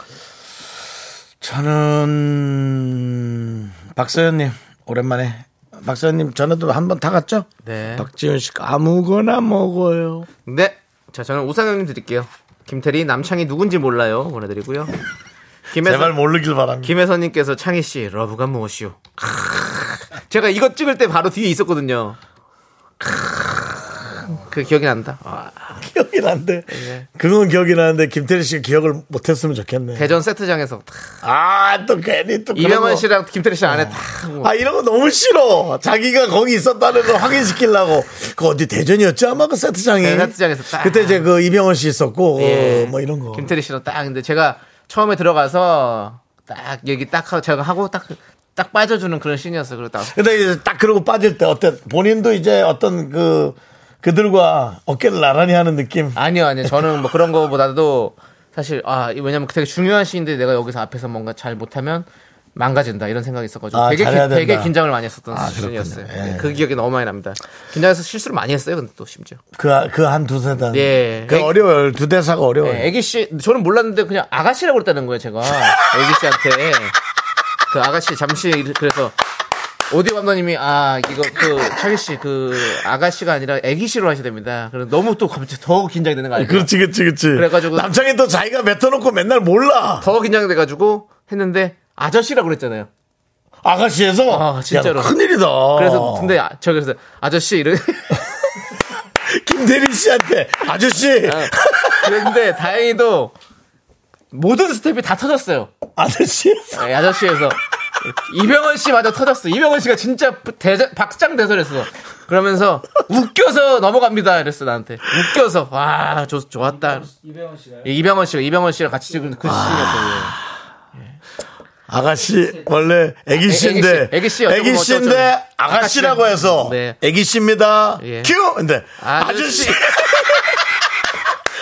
저는 박서연님 오랜만에 박서연님 전에도 한 번 다 갔죠?
네.
박지윤 씨가 아무거나 먹어요.
네. 자, 저는 우상형님 드릴게요. 김태리, 남창이 누군지 몰라요. 보내드리고요.
제발 뭐-
김혜선,
모르길 바랍니다.
김혜선님께서 창희씨, 러브가 무엇이오? 크으. 제가 이거 찍을 때 바로 뒤에 있었거든요. 크으. 그 기억이 난다.
네.
아,
기억이 난데 그건 기억이 나는데 김태리 씨가 기억을 못했으면 좋겠네.
예. 대전 세트장에서 탁.
아또 괜히 또 그런
이병헌
거.
씨랑 김태리 씨 안에 탁. 뭐.
뭐- 아 이런 거 너무 싫어. 자기가 거기 있었다는 걸 확인시키려고 그 어디 대전이었지 아마 그 세트장이.
네, 세트장에서 딱.
그때 이제 그 이병헌 씨 있었고
예.
어, 뭐 이런 거.
김태리 씨랑 딱. 근데 제가 처음에 들어가서 딱 얘기 딱 하고 제가 하고 딱, 딱 빠져주는 그런 씬이었어요. 그러다
근데 이제 딱 그러고 빠질 때 어때 본인도 이제 어떤 그 그들과 어깨를 나란히 하는 느낌
아니요, 아니요. 저는 뭐 그런 거보다도 사실 아 이- 왜냐면 되게 중요한 시인데 내가 여기서 앞에서 뭔가 잘 못하면 망가진다 이런 생각이 있어가지고
아,
되게 기-
잘해야
되게
된다.
긴장을 많이 했었던
아,
시즌이었어요.
그렇군요. 예.
네, 그 기억이 너무 많이 납니다. 긴장해서 실수를 많이 했어요. 근데 또 심지어
그 그 한 두세 단.
예.
그
애-
어려워요. 두 대사가 어려워요.
네, 애기 씨 저는 몰랐는데 그냥 아가씨라고 그랬다는 거예요. 제가 애기 씨한테 그 아가씨 잠시 일- 그래서 오디오 감독님이 아 이거 그 창희 씨 그 아가씨가 아니라 애기씨로 하셔야 됩니다. 그럼 너무 또 갑자기 더 긴장이 되는 거 아니에요?
그렇지, 그렇지, 그렇지.
그래가지고-
남창이 또 자기가 뱉어놓고 맨날 몰라.
더 긴장돼가지고 했는데 아저씨라고 그랬잖아요.
아가씨에서.
아, 진짜로.
야, 큰일이다.
그래서
어.
근데 아, 저 그래서 아저씨 이런
김대리 씨한테 아저씨,
그런데 다행히도 모든 스텝이 다 터졌어요.
아저씨.
예, 아저씨에서 이병헌 씨마저 터졌어. 이병헌 씨가 진짜 대자, 박장대설했어. 그러면서 웃겨서 넘어갑니다. 이랬어 나한테. 웃겨서 와 좋, 좋았다. 이병헌 씨가 이병헌 씨가 이병헌 씨랑 같이 찍은
아.
그 시기였어요.
아가씨 원래 애기 씨인데
애기 씨, 애기 씨 어쩌고
인데
어쩌고.
아가씨라고 해서
네.
애기 씨입니다.
예.
큐. 근데 아저씨.
아저씨.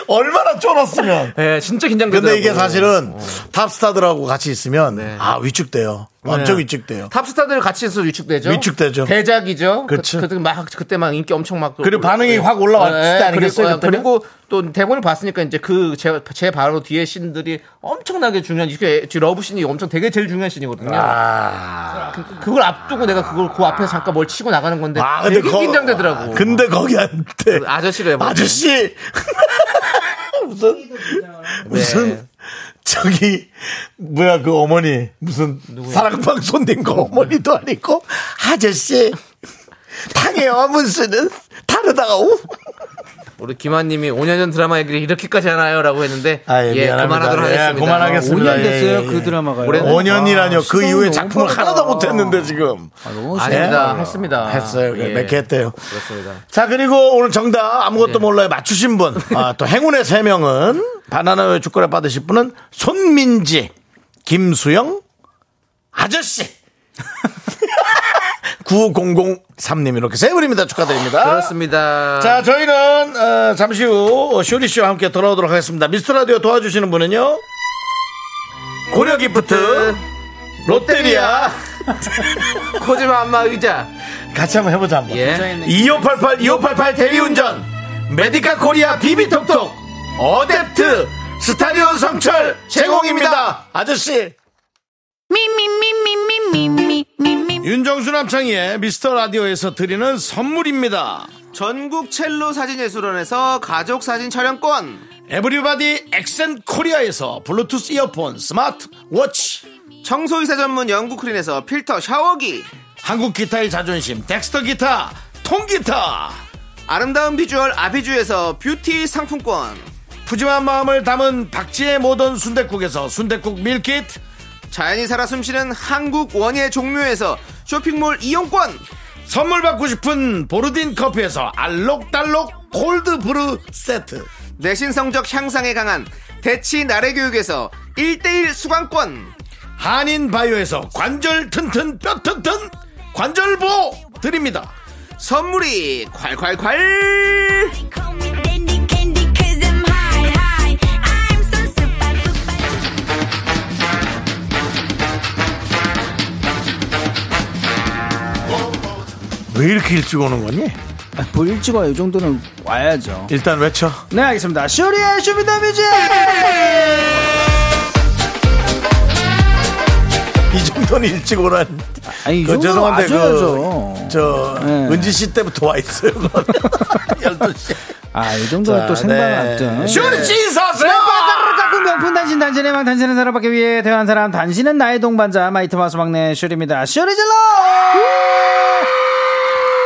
얼마나 쫄았으면.
예, 진짜 긴장되더라고요. 어.
근데 이게 사실은 탑스타들하고 같이 있으면 아 위축돼요. 완전
네.
위축돼요.
탑스타들 같이 있어서 위축되죠.
위축되죠.
대작이죠.
그치.
그때 막 그때 막 인기 엄청 막
그리고
올라-
반응이
예.
확 올라왔을
예,
때
그리고,
아니겠어요, 그때는?
그리고 또 대본을 봤으니까 이제 그제제 바로 뒤에 씬들이 엄청나게 중요한 이게 러브 씬이 엄청 되게 제일 중요한 씬이거든요.
아.
그- 그걸 앞두고 내가 그걸 그 앞에서 잠깐 뭘 치고 나가는 건데 아, 되게
아, 거- 아,
긴장되더라고. 그,
근데 거기한테
아저씨를 해봐.
아저씨 무슨 무슨 저기 뭐야 그 어머니 무슨 사랑방 손댄 거 어머니도 아니고 아저씨 탕의 어문수는 다르다고
우리 김한님이 5년 전 드라마 얘기를 이렇게까지 하나요라고 했는데
아, 예,
예,
미안합니다.
그만하도록
예,
하겠습니다. 아,
그만하겠습니다.
년
예,
됐어요
예, 예.
그 드라마가요.
올해는-
5년이라뇨 그
시간이
이후에
너무
작품을
빠르다.
하나도 못했는데 지금
아, 너무
아,
아,
닙니다
예.
했습니다.
했어요
예.
몇 개 했대요
그렇습니다.
자 그리고 오늘 정답 아무것도 몰라요 맞추신 분 아, 또 행운의 세 명은 바나나의 주거래 받으실 분은 손민지 김수영 아저씨 9003님 이렇게 세 분입니다 축하드립니다
그렇습니다.
자 저희는 어, 잠시 후 쇼리 씨와 함께 돌아오도록 하겠습니다 미스터 라디오 도와주시는 분은요 고려 기프트 롯데리아
코지마 안마 의자.
같이 한번 해보자 한번
예.
2588 2588 대리운전 메디카 코리아 비비톡톡 어댑트 스타리온 성철 제공입니다 아저씨 윤정수 남창희의 미스터 라디오에서 드리는 선물입니다
전국 첼로 사진예술원에서 가족 사진 촬영권.
에브리바디 엑센 코리아에서 블루투스 이어폰 스마트 워치
청소이사 전문 영국 크린에서 필터 샤워기.
한국 기타의 자존심 덱스터 기타 통기타
아름다운 비주얼 아비주에서 뷰티 상품권.
푸짐한 마음을 담은 박지의 모던 순댓국에서순댓국 밀키트
자연이 살아 숨쉬는 한국 원예 종묘에서 쇼핑몰 이용권.
선물 받고 싶은 보르딘 커피에서 알록달록 골드브루 세트
내신 성적 향상에 강한 대치 나래교육에서 1대1 수강권.
한인바이오에서 관절 튼튼 뼈 튼튼 관절보 드립니다
선물이 콸콸콸!
왜 이렇게 일찍 오는 거니?
뭐 일찍 와요 이 정도는 와야죠.
일단 외쳐
네 알겠습니다. 쇼리의 쇼미더뮤직.
이 정도는 일찍 오란
아니 이
그
정도는
죄송한데
와줘야죠.
그저
네.
은지 씨 때부터 와 있어요 12시 네.
아이 정도는 또 생방을 앞둔.
쇼리 씨 사세요
바다를 가꾼 명품 단신 단신의 망 단신은 사람밖에 위해 대한 사람 단신은 나의 동반자 마이트 마스 막내 네, 슈리입니다 슈리 질러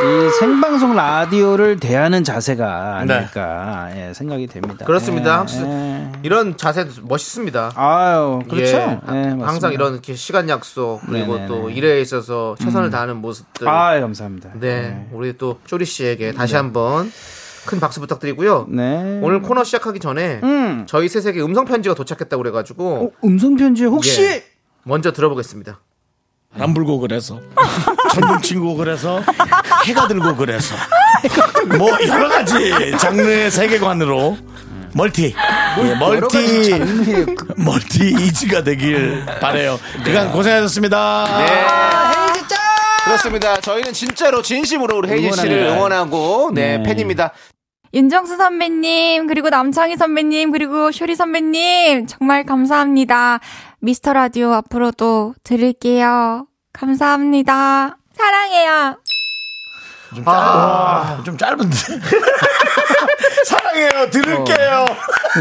이 생방송 라디오를 대하는 자세가
네.
아닐까 예, 생각이 됩니다
그렇습니다.
예,
확실히
예.
이런 자세 멋있습니다.
아유 그렇죠
예,
예, 맞습니다.
항상 이런 이렇게 시간 약속 그리고
네네네. 음.
또 일에 있어서 최선을 다하는 모습들.
아유 감사합니다
네, 우리 또 쪼리 씨에게 다시 한번 큰 박수 부탁드리고요.
네.
오늘 코너 시작하기 전에
음.
저희 셋에게 음성 편지가 도착했다고 그래가지고
어, 음성 편지 혹시
예, 먼저 들어보겠습니다.
안 불고 그래서 천둥 친고 그래서 해가 들고 그래서 뭐 여러 가지 장르의 세계관으로 멀티 예, 멀티 멀티 이지가 되길 바래요. 그간 고생하셨습니다.
그렇습니다. 저희는 진짜로 진심으로 우리 혜진 씨를
응원합니다.
응원하고 네, 팬입니다.
윤정수 선배님, 그리고 남창희 선배님, 그리고 쇼리 선배님, 정말 감사합니다. 미스터 라디오 앞으로도 들을게요. 감사합니다. 사랑해요.
좀, 짧... 좀 짧은데. 사랑해요. 들을게요.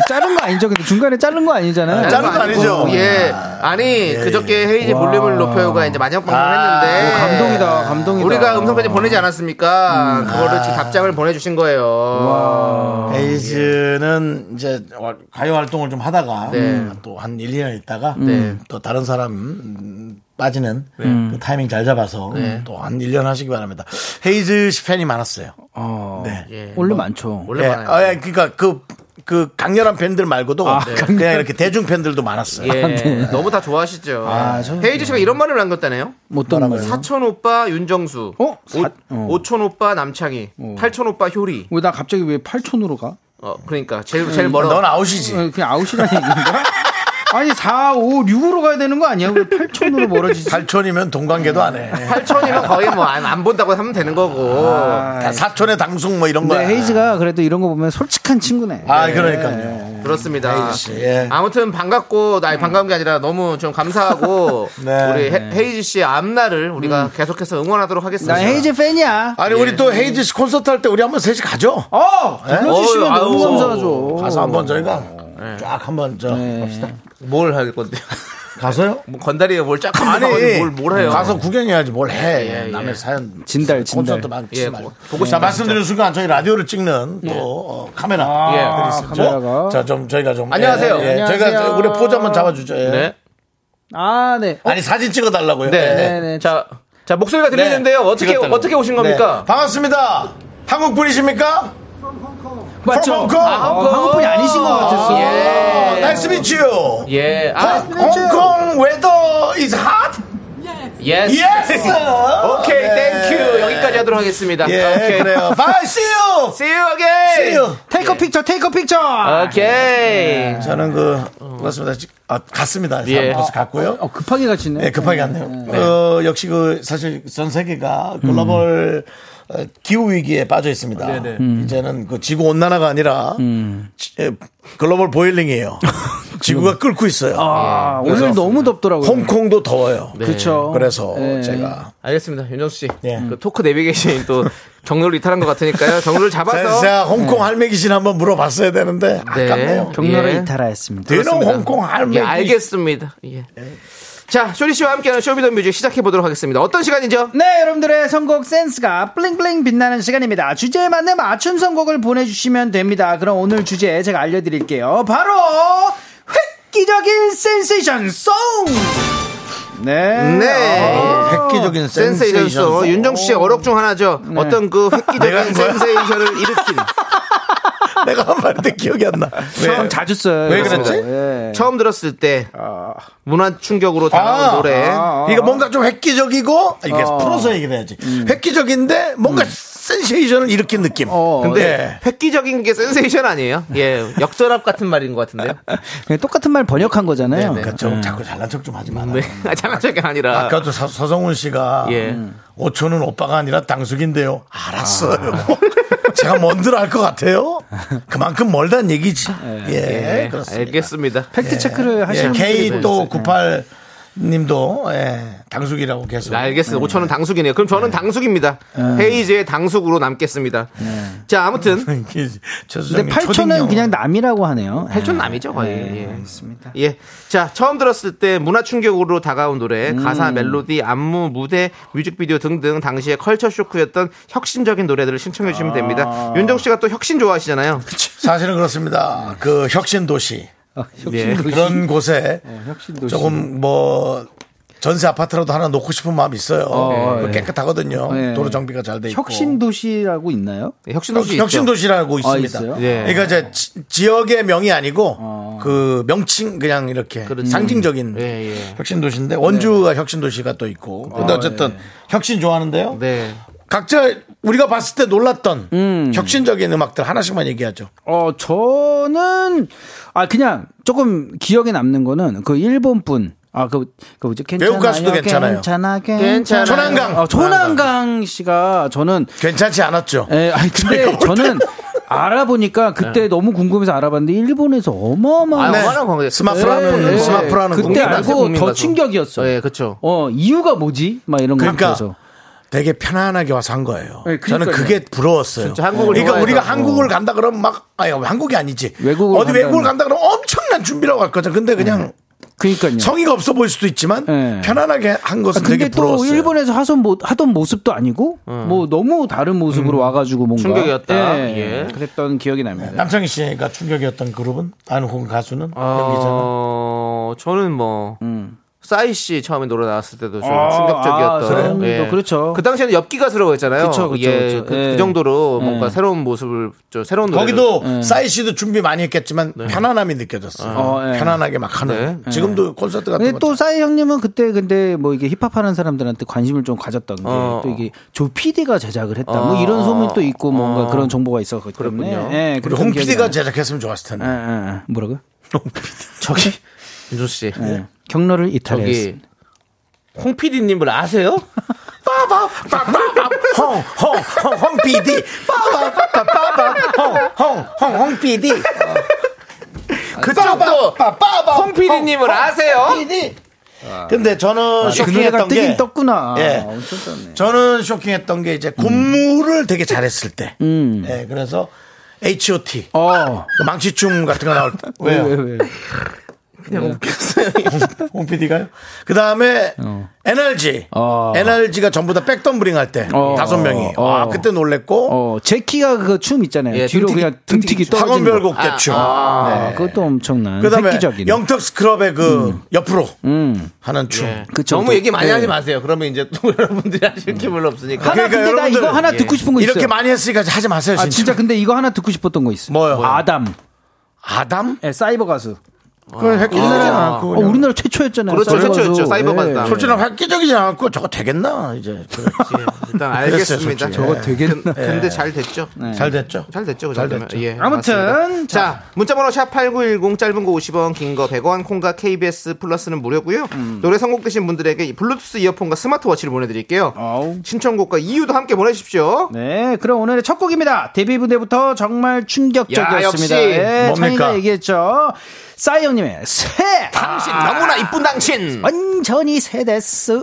자른 어. 거 아니죠? 근데 중간에 자른 거 아니잖아요.
아, 자른 거 아니죠?
예. 아니, 그저께 헤이즈 볼륨을 높여요가 이제 마지막 방송을
아,
했는데.
오, 감동이다, 감동이다. 음.
우리가 음성편지 보내지 않았습니까? 그거를 지금 답장을 보내주신 거예요.
에이즈는 이제 가요 활동을 좀 하다가
네.
또 한 1, 2년 있다가
네.
또 다른 사람 음, 빠지는 그 타이밍 잘 잡아서
네.
또 한 1년 하시기 바랍니다. 헤이즈 씨 팬이 많았어요.
어.
네.
예.
원래 많죠.
원래
예,
많아요.
아, 예, 그러니까 그, 그 강렬한 팬들 말고도 네. 그냥 이렇게 대중 팬들도 많았어요.
예. 너무 다 좋아하시죠.
네. 아, 저는
헤이즈 씨가 이런 말을 남겼다네요.
못 떠는 거예요.
사촌 오빠 윤정수.
어? 사- 어.
오, 촌 오빠 남창희. 팔촌 오빠 효리.
왜나 갑자기 왜 8촌으로 가?
어, 그러니까 제일 제일
뭐,
멀어.
넌 아웃이지.
어, 그냥 아웃이라는 얘기인가? 아니 4, 5, 6으로 가야 되는 거 아니야? 왜 8촌으로 멀어지지?
팔촌이면 동관계도 안 해.
팔촌이면 거의 뭐 안 본다고 하면 되는 거고.
아.
다 사촌의 당숙 뭐 이런 거야.
근데 헤이즈가 그래도 이런 거 보면 솔직한 친구네.
아, 그러니까요.
예. 그렇습니다.
헤이즈 씨, 예.
아무튼 반갑고
음.
나 반가운 게 아니라 너무 좀 감사하고
네.
우리 헤, 헤이즈 씨의 앞날을 우리가 계속해서 응원하도록 하겠습니다.
음. 나 헤이즈 팬이야.
아니 우리 또 헤이즈 씨 콘서트 할 때 우리 한번 셋이 가죠. 예?
어! 불러주시면
어우,
너무
아우.
감사하죠.
가서 한번 저희가
네.
쫙 한번 저
뭘 할 건데요?
가서요?
뭐 건다리에 뭘쫙 아니 뭘, 뭘 해요?
가서 구경해야지 뭘 해.
예, 예.
남의 사연
진달, 진달.
콘서트 많지
예,
말고.
뭐, 보고
자
싶다,
말씀드린 순간 저희 라디오를 찍는 또 어, 카메라.
예.
있었죠?
카메라가.
자, 좀 저희가 좀
안녕하세요.
예, 예. 저희가
안녕하세요.
저- 우리 포즈 한번 잡아주죠. 예.
네.
아, 네. 어,
아니 사진 찍어달라고요.
네.
예.
네, 네.
자, 자 목소리가 들리는데요. 어떻게
찍었다고.
어떻게 오신
네.
겁니까?
반갑습니다. 한국 분이십니까? From
맞죠?
Hong Kong.
아, 한국. 한국분이 아니신 것 같았어.
예.
나이스 미치요.
예. 아,
홍콩 웨더 is hot.
예스.
예스.
오케이, 땡큐. 여기까지 하도록 하겠습니다.
네. 예,
오케이.
그래요. Bye, see you.
See you again.
See you.
테이크 픽처, 테이크 픽처!
오케이.
네.
저는 그 그렇습니다. 지- 아, 갔습니다.
예.
벌써 갔고요.
어, 급하게 가시네.
네, 급하게 갔네요. 어, 역시 그 사실 전 세계가 글로벌 어, 기후 위기에 빠져 있습니다.
네,
음.
이제는 그 지구 온난화가 아니라 지- 에, 글로벌 보일링이에요. 지구가 끓고 있어요. 예.
아, 오늘 너무 덥더라고요.
홍콩도 더워요.
그렇죠.
그래서
예.
제가
알겠습니다. 윤정수 씨.
예.
그 토크 내비게이션이 또 경로를 이탈한 것 같으니까요. 경로를
제가,
잡아서.
제가
네.
홍콩 할매기신 한번 물어봤어야 되는데 아깝네요.
경로를
예.
이탈하였습니다.
대놈 홍콩 할매기.
예, 알겠습니다. 예.
네.
자, 쇼리 씨와 함께하는 쇼미더 뮤직 시작해 보도록 하겠습니다. 어떤 시간이죠?
네, 여러분들의 선곡 센스가 블링블링 빛나는 시간입니다. 주제에 맞는 맞춤 선곡을 보내주시면 됩니다. 그럼 오늘 주제 제가 알려드릴게요. 바로 획기적인 센세이션 송! 네.
아.
네.
획기적인
센세이션 소 윤정수 씨의 어록 중 하나죠. 어떤 그
내가 뭐- 한
획기적인
거야?
센세이션을 일으킨
내가 한 말인데 기억이 안 나.
네.
왜?
처음 자주 써요.
왜
이거.
그랬지?
예.
처음 들었을 때 문화 충격으로 다가온
아,
노래.
이거 뭔가 좀 획기적이고 이게 풀어서 얘기를 해야지.
음.
획기적인데 뭔가 센세이션을 일으킨 느낌.
어, 네.
근데
획기적인 게 센세이션 아니에요? 예, 역전압 같은 말인 것 같은데요.
그냥 똑같은 말 번역한 거잖아요.
네, 네.
그러니까 좀 자꾸 잘난 척 좀 하지 마라.
네, 아, 장난적이 아니라.
아까도 서, 서성훈 씨가
예.
음. 5초는 오빠가 아니라 당숙인데요. 알았어요.
아.
제가 뭔들 알 것 같아요. 그만큼 멀단 얘기지. 예,
예,
그렇습니다. 예,
알겠습니다.
네.
팩트 체크를 하시는 분들이
K 또 98 님도 예, 당숙이라고 계속.
네. 알겠습니다. 5천 원 당숙이네요. 그럼 저는 당숙입니다. 헤이즈의 당숙으로 남겠습니다. 자, 아무튼
근데
근데
8초는 그냥 남이라고 하네요.
팔촌 남이죠 거의. 예.
있습니다.
예. 자, 처음 들었을 때 문화 충격으로 다가온 노래, 가사, 멜로디, 안무, 무대, 뮤직비디오 등등 당시의 컬처 쇼크였던 혁신적인 노래들을 신청해 주시면 됩니다. 윤정 씨가 또 혁신 좋아하시잖아요.
사실은 그렇습니다. 그 혁신 도시
아,
예.
그런 곳에
예, 혁신도시.
조금 뭐 전세 아파트라도 하나 놓고 싶은 마음이 있어요. 그거 깨끗하거든요.
예.
도로 정비가 잘 돼 있고.
혁신도시라고 있나요?
예. 혁신 도시.
혁신
있죠?
도시라고 있습니다.
있어요?
예.
그러니까 이제 지- 지역의 명이 아니고 그 명칭 그냥 이렇게 상징적인
예, 예.
혁신 도시인데 원주가 혁신 도시가 또 있고. 근데 어쨌든 혁신 좋아하는데요.
네.
각자 우리가 봤을 때 놀랐던 혁신적인 음악들 하나씩만 얘기하죠.
어, 저는, 아, 그냥 조금 기억에 남는 거는 그 일본 분. 아, 그, 그 뭐지? 괜찮아요.
외국 가수도 괜찮아요.
괜찮아,
괜찮아요.
괜찮아.
조난강.
어, 조난강 씨가 저는, 네.
괜찮지 않았죠.
에, 아니, 근데 저는 알아보니까 그때 너무 궁금해서 알아봤는데 일본에서 어마어마한
네. 얼마나 관계
아, 스마프라는
예.
스마프라는 국민
그때
국민 가수,
알고
국민
더
가수.
충격이었어.
예, 그쵸.
어 이유가 뭐지? 막 이런 거
그러니까
음, 그래서
되게 편안하게 와서 한 거예요.
네, 그러니까요.
저는 그게 부러웠어요.
진짜 한국을
그러니까
좋아해서.
우리가 한국을 간다 그러면 막 아니 한국이 아니지.
외국을
어디
간다
외국을
그러면.
간다 그러면 엄청난 준비라고 할 거죠. 근데 그냥
그러니까요.
성의가 없어 보일 수도 있지만
네.
편안하게 한
예. 아,
것은
근데
되게
또
부러웠어요. 음.
일본에서 하던, 모, 하던 모습도 아니고 뭐 너무 다른 모습으로 와가지고 뭔가
충격이었다.
예,
예.
그랬던 기억이 납니다.
남창희 씨가 충격이었던 그룹은 아는 혹은 가수는 여기잖아.
어, 저는 뭐
음.
싸이 씨 처음에 노래 나왔을 때도 좀
아, 아,
충격적이었던.
그래요? 또 그렇죠.
그 당시에는 엽기가수라고 했잖아요.
그쵸, 그쵸,
예,
그쵸.
그,
예.
그 정도로
예.
뭔가 새로운 모습을 좀 새로운 노래.
거기도 싸이 씨도 준비 많이 했겠지만 편안함이 느껴졌어. 요
어, 네. 예.
편안하게 막 하는. 지금도 콘서트 같은
근데
거.
또 싸이 형님은 그때 근데 뭐 이게 힙합하는 사람들한테 관심을 좀 가졌던 게 또
어.
이게 조 PD가 제작을 했다 뭐 이런 소문이 또 있고 뭔가 그런 정보가 있었기 때문에
그렇군요.
예,
어. 우리
그랬던
홍
기억이
PD가
나요.
제작했으면 좋았을 텐데.
예, 예, 예. 뭐라고요?
저기 윤조 씨.
예. 경로를 이탈했습니다.
저기 홍 PD님을 아세요?
홍홍홍홍 PD 빠바빠빠홍홍홍홍 PD
그쪽도 홍 PD님을 아세요?
PD 근데 저는
그 노래가
쇼킹했던
뜨긴
게
떴구나. 아,
예.
엄청 떴네.
저는 쇼킹했던 게 이제 군무를 되게 잘했을 때
음.
예, 그래서 H.O.T
어.
그 망치춤 같은 거 나올 때 왜요?
왜, 왜, 왜.
홍 PD가요? 그 다음에 NRG
어.
NRG가 전부 다 백덤브링 할 때
어.
다섯 명이
어.
와 그때 놀랬고
어, 제키가 그 춤 있잖아요.
예,
뒤로
등튀기-
그냥 등튀기
등튀기
떨어지는
학원별
거.
곡대춤 네.
아, 그것도 엄청난
그다음에
획기적인.
영턱 스크럽의 그 옆으로 하는
예.
춤.
음. 그쵸,
너무
그-
얘기 많이
예.
하지 마세요. 그러면 이제 또 여러분들이 하실 게 별로 없으니까.
하나 근데 나 이거 하나 듣고 싶은 거 있어요.
예. 이렇게 많이 했으니까 하지 마세요, 진짜.
아, 진짜 근데 이거 하나 듣고 싶었던 거 있어요.
뭐요?
아담.
아담? 아,
예, 사이버 가수. 아,
그건 획기적이지 않았고.
어, 우리나라 최초였잖아요.
그렇죠,
사이버
최초였죠.
가수.
사이버 가수.
예.
네. 솔직히 획기적이지 않았고 저거 되겠나 이제 그랬지.
일단 알겠습니다.
그랬어요, 솔직히.
저거 네.
되겠나?
근데 잘 됐죠.
네.
잘 됐죠.
잘 됐죠, 그
잘
정도면.
됐죠.
예,
아무튼,
맞습니다. 자 문자번호 샵 #8910 짧은 거 50원, 긴 거 100원, 콩과 KBS 플러스는 무료고요.
음.
노래 선곡되신 분들에게 이 블루투스 이어폰과 스마트워치를 보내드릴게요.
아우.
신청곡과 이유도 함께 보내주십시오.
네, 그럼 오늘의 첫 곡입니다. 데뷔 무대부터 정말
야, 역시.
충격적이었습니다. 예,
뭡니까?
창희가 얘기했죠. 싸이 형님의 새
당신 너무나 이쁜 당신.
완전히 새데스.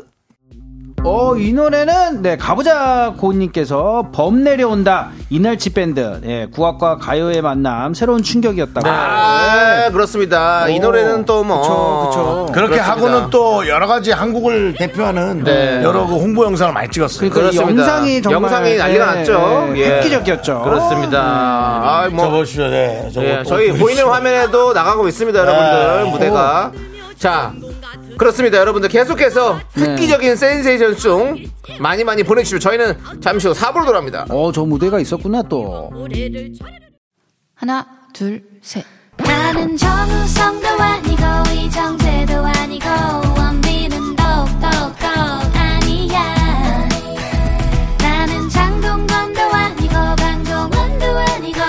어, 이 노래는, 네, 가보자 고님께서 범 내려온다. 이날치 밴드. 예, 국악과 가요의 만남. 새로운 충격이었다고.
아 그렇습니다. 이
오,
노래는 또 뭐.
그쵸, 그쵸.
그렇게
그렇습니다.
하고는 또 여러 가지 한국을 대표하는 여러 그 홍보 영상을 많이 찍었어요.
네. 그러니까 이
그렇습니다.
영상이 정말.
영상이 난리가
예,
났죠.
예,
예.
획기적이었죠.
그렇습니다. 아, 뭐.
저거 보시죠, 네. 저거
예,
또
저희
보이시죠?
보이는 화면에도 나가고 있습니다, 여러분들. 무대가. 자, 그렇습니다, 여러분들. 계속해서 획기적인 센세이션 송 많이 많이 보내주시고 저희는 잠시 후 4부로 돌아옵니다.
어, 저 무대가 있었구나, 또.
하나, 둘, 셋.
나는 정우성도 아니고 이정재도 아니고 원빈은 더욱더 아니야 나는 장동건도 아니고 강동원도 아니고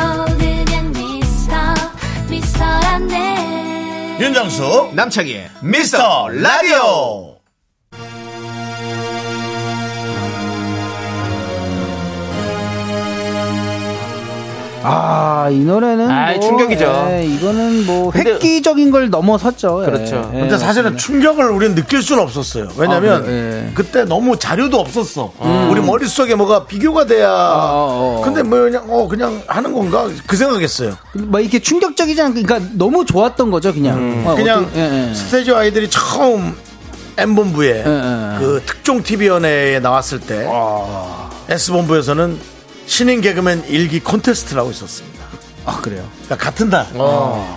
그냥 미스터 미스터란데
윤정수 남창희 미스터 라디오.
아, 이 노래는.
아이,
뭐,
충격이죠.
예, 이거는 뭐,
근데-
획기적인 걸 넘어섰죠. 예,
그렇죠.
예.
근데 사실은 충격을 우리는 느낄 수는 없었어요.
아,
왜냐면
네,
그래요? 예.
그때 너무 자료도 없었어. 우리 머릿속에 뭐가 비교가 돼야.
아,
어, 어.
근데 뭐 그냥 어 그냥 하는 건가 그 생각했어요.
막뭐 이렇게 충격적이지 않고, 그러니까 너무 좋았던 거죠, 그냥. 어,
음. 그냥
어떻게- 예, 예.
스테이지 아이들이 처음 M 본부에
예.
그 특종 TV 연예에 나왔을 때 S 본부에서는 신인 개그맨 일기 콘테스트라고 있었습니다.
아, 그래요.
그러니까 같은 날